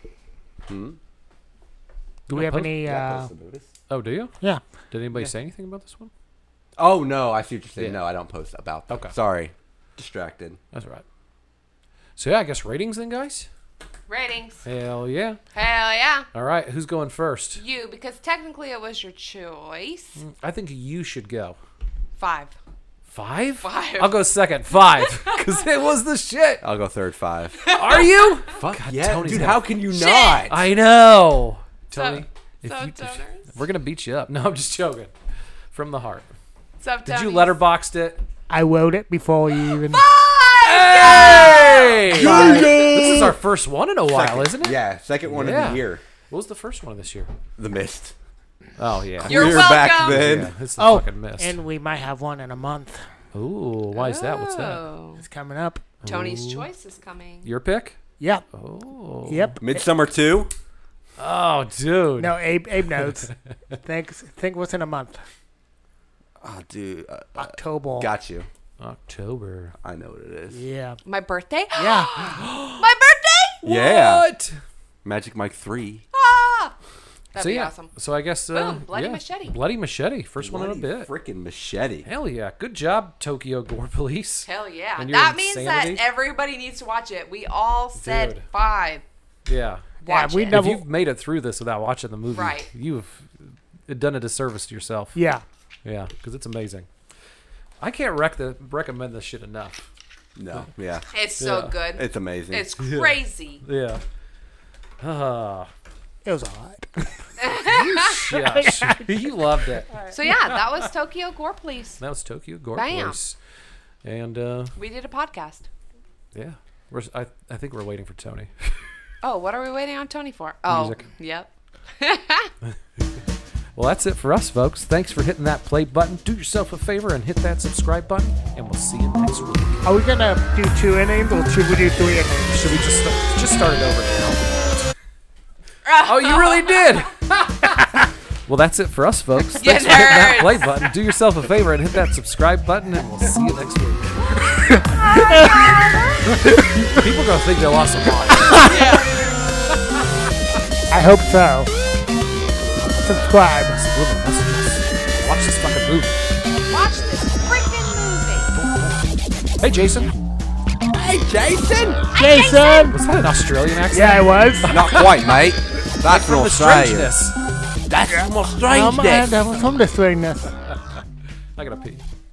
Speaker 1: Do we have
Speaker 3: post-
Speaker 1: any uh
Speaker 3: Oh, do you?
Speaker 1: yeah.
Speaker 3: Did anybody say anything about this one?
Speaker 2: Oh no, I see what you're saying.
Speaker 3: Yeah.
Speaker 2: No, I don't post about that.
Speaker 3: Okay.
Speaker 2: Sorry. Distracted.
Speaker 3: That's right. So yeah, I guess ratings then, guys.
Speaker 5: Ratings.
Speaker 3: Hell yeah!
Speaker 5: Hell yeah.
Speaker 3: All right, who's going first?
Speaker 5: You,
Speaker 1: Mm.
Speaker 5: because technically it was your choice.
Speaker 3: I think you should go.
Speaker 5: Five.
Speaker 3: Five?
Speaker 5: Five.
Speaker 3: I'll go second. Five. Because it was the shit.
Speaker 2: I'll go third five.
Speaker 3: Are you?
Speaker 2: Fuck
Speaker 3: yeah, Tony's
Speaker 2: dude.
Speaker 3: got-
Speaker 2: How can you not?
Speaker 3: I know. Tony,
Speaker 5: Sup, sup,
Speaker 3: you-
Speaker 5: toners?
Speaker 3: we're going to beat you up. No, I'm just joking. From the heart.
Speaker 5: Sup,
Speaker 3: Did you
Speaker 5: tonies?
Speaker 3: letterboxed it?
Speaker 1: I wrote it before you even.
Speaker 3: Hey! This is our first one in a while,
Speaker 2: Second-
Speaker 3: isn't it?
Speaker 2: Yeah, second one of
Speaker 3: Yeah.
Speaker 2: the year.
Speaker 3: What was the first one of this year?
Speaker 2: The mist.
Speaker 3: Oh, yeah.
Speaker 5: You're
Speaker 2: we were back
Speaker 5: welcome.
Speaker 2: then.
Speaker 3: yeah it's the
Speaker 1: Oh,
Speaker 3: fucking miss.
Speaker 1: and we might have one in a month.
Speaker 3: Ooh, why is that? What's that?
Speaker 5: Oh.
Speaker 1: It's coming up.
Speaker 5: Tony's choice is coming.
Speaker 3: Your pick?
Speaker 1: Yep.
Speaker 3: Oh.
Speaker 1: Yep.
Speaker 2: Midsummer two.
Speaker 3: Oh, dude.
Speaker 1: No, Abe. Abe knows. Thanks. Think what's in a month.
Speaker 2: Oh, dude, uh,
Speaker 1: October.
Speaker 2: got you.
Speaker 3: October.
Speaker 2: I know what it is.
Speaker 1: Yeah.
Speaker 5: My birthday?
Speaker 1: Yeah.
Speaker 5: My birthday?
Speaker 2: Yeah,
Speaker 3: What?
Speaker 2: Magic Mike three.
Speaker 5: Ah! That'd
Speaker 3: so
Speaker 5: be
Speaker 3: yeah.
Speaker 5: awesome.
Speaker 3: So I guess uh,
Speaker 5: Boom, Bloody
Speaker 3: yeah.
Speaker 5: Machete.
Speaker 3: Bloody machete. First one in a bit.
Speaker 2: Freaking machete.
Speaker 3: Hell yeah. Good job, Tokyo Gore Police.
Speaker 5: Hell yeah.
Speaker 3: And your
Speaker 5: That means that
Speaker 3: insanity?
Speaker 5: everybody needs to watch it. We all said
Speaker 3: Dude.
Speaker 5: five.
Speaker 3: Yeah.
Speaker 1: Yeah.
Speaker 5: Watch
Speaker 1: We
Speaker 5: it.
Speaker 3: If
Speaker 1: never.
Speaker 3: you've made it through this without watching the movie,
Speaker 5: Right.
Speaker 3: you've done a disservice to yourself.
Speaker 1: yeah.
Speaker 3: Yeah, because it's amazing. I can't rec- the, recommend this shit enough.
Speaker 2: No, yeah,
Speaker 5: It's so
Speaker 3: Yeah.
Speaker 5: good. It's,
Speaker 2: it's amazing.
Speaker 5: crazy.
Speaker 3: Yeah. Ah,
Speaker 1: It was alright.
Speaker 3: gosh. you loved it.
Speaker 5: So yeah, that was Tokyo Gore Police.
Speaker 3: That was Tokyo Gore
Speaker 5: Bam.
Speaker 3: Police. And uh,
Speaker 5: We did a podcast.
Speaker 3: yeah, we're, s- I, I think we're waiting for Tony.
Speaker 5: Oh, what are we waiting on Tony for? Oh,
Speaker 3: Music.
Speaker 5: yep.
Speaker 3: Well, that's it for us, folks. Thanks for hitting that play button. Do yourself a favor and hit that subscribe button, and we'll see you next week.
Speaker 1: Are we gonna do two innings or should we do three innings?
Speaker 3: Should we just st- just start it over now? oh, you really did. well, that's it for us, folks.
Speaker 5: You
Speaker 3: Thanks for hitting that
Speaker 5: nerds.
Speaker 3: play button. Do yourself a favor and hit that subscribe button, and we'll see you next week. People are gonna think they lost a lot.
Speaker 1: I hope so. Subscribe.
Speaker 3: Subliminal messages. Watch this fucking movie.
Speaker 5: Watch this freaking movie.
Speaker 3: Hey, Jason,
Speaker 1: Jason.
Speaker 3: was that an Australian accent?
Speaker 1: Yeah, I was.
Speaker 2: Not quite, mate. That's from
Speaker 3: The
Speaker 2: Australia.
Speaker 3: strangeness.
Speaker 2: That's from
Speaker 1: Um,
Speaker 2: Australia.
Speaker 1: and I was from the strangeness.
Speaker 3: I gotta pee.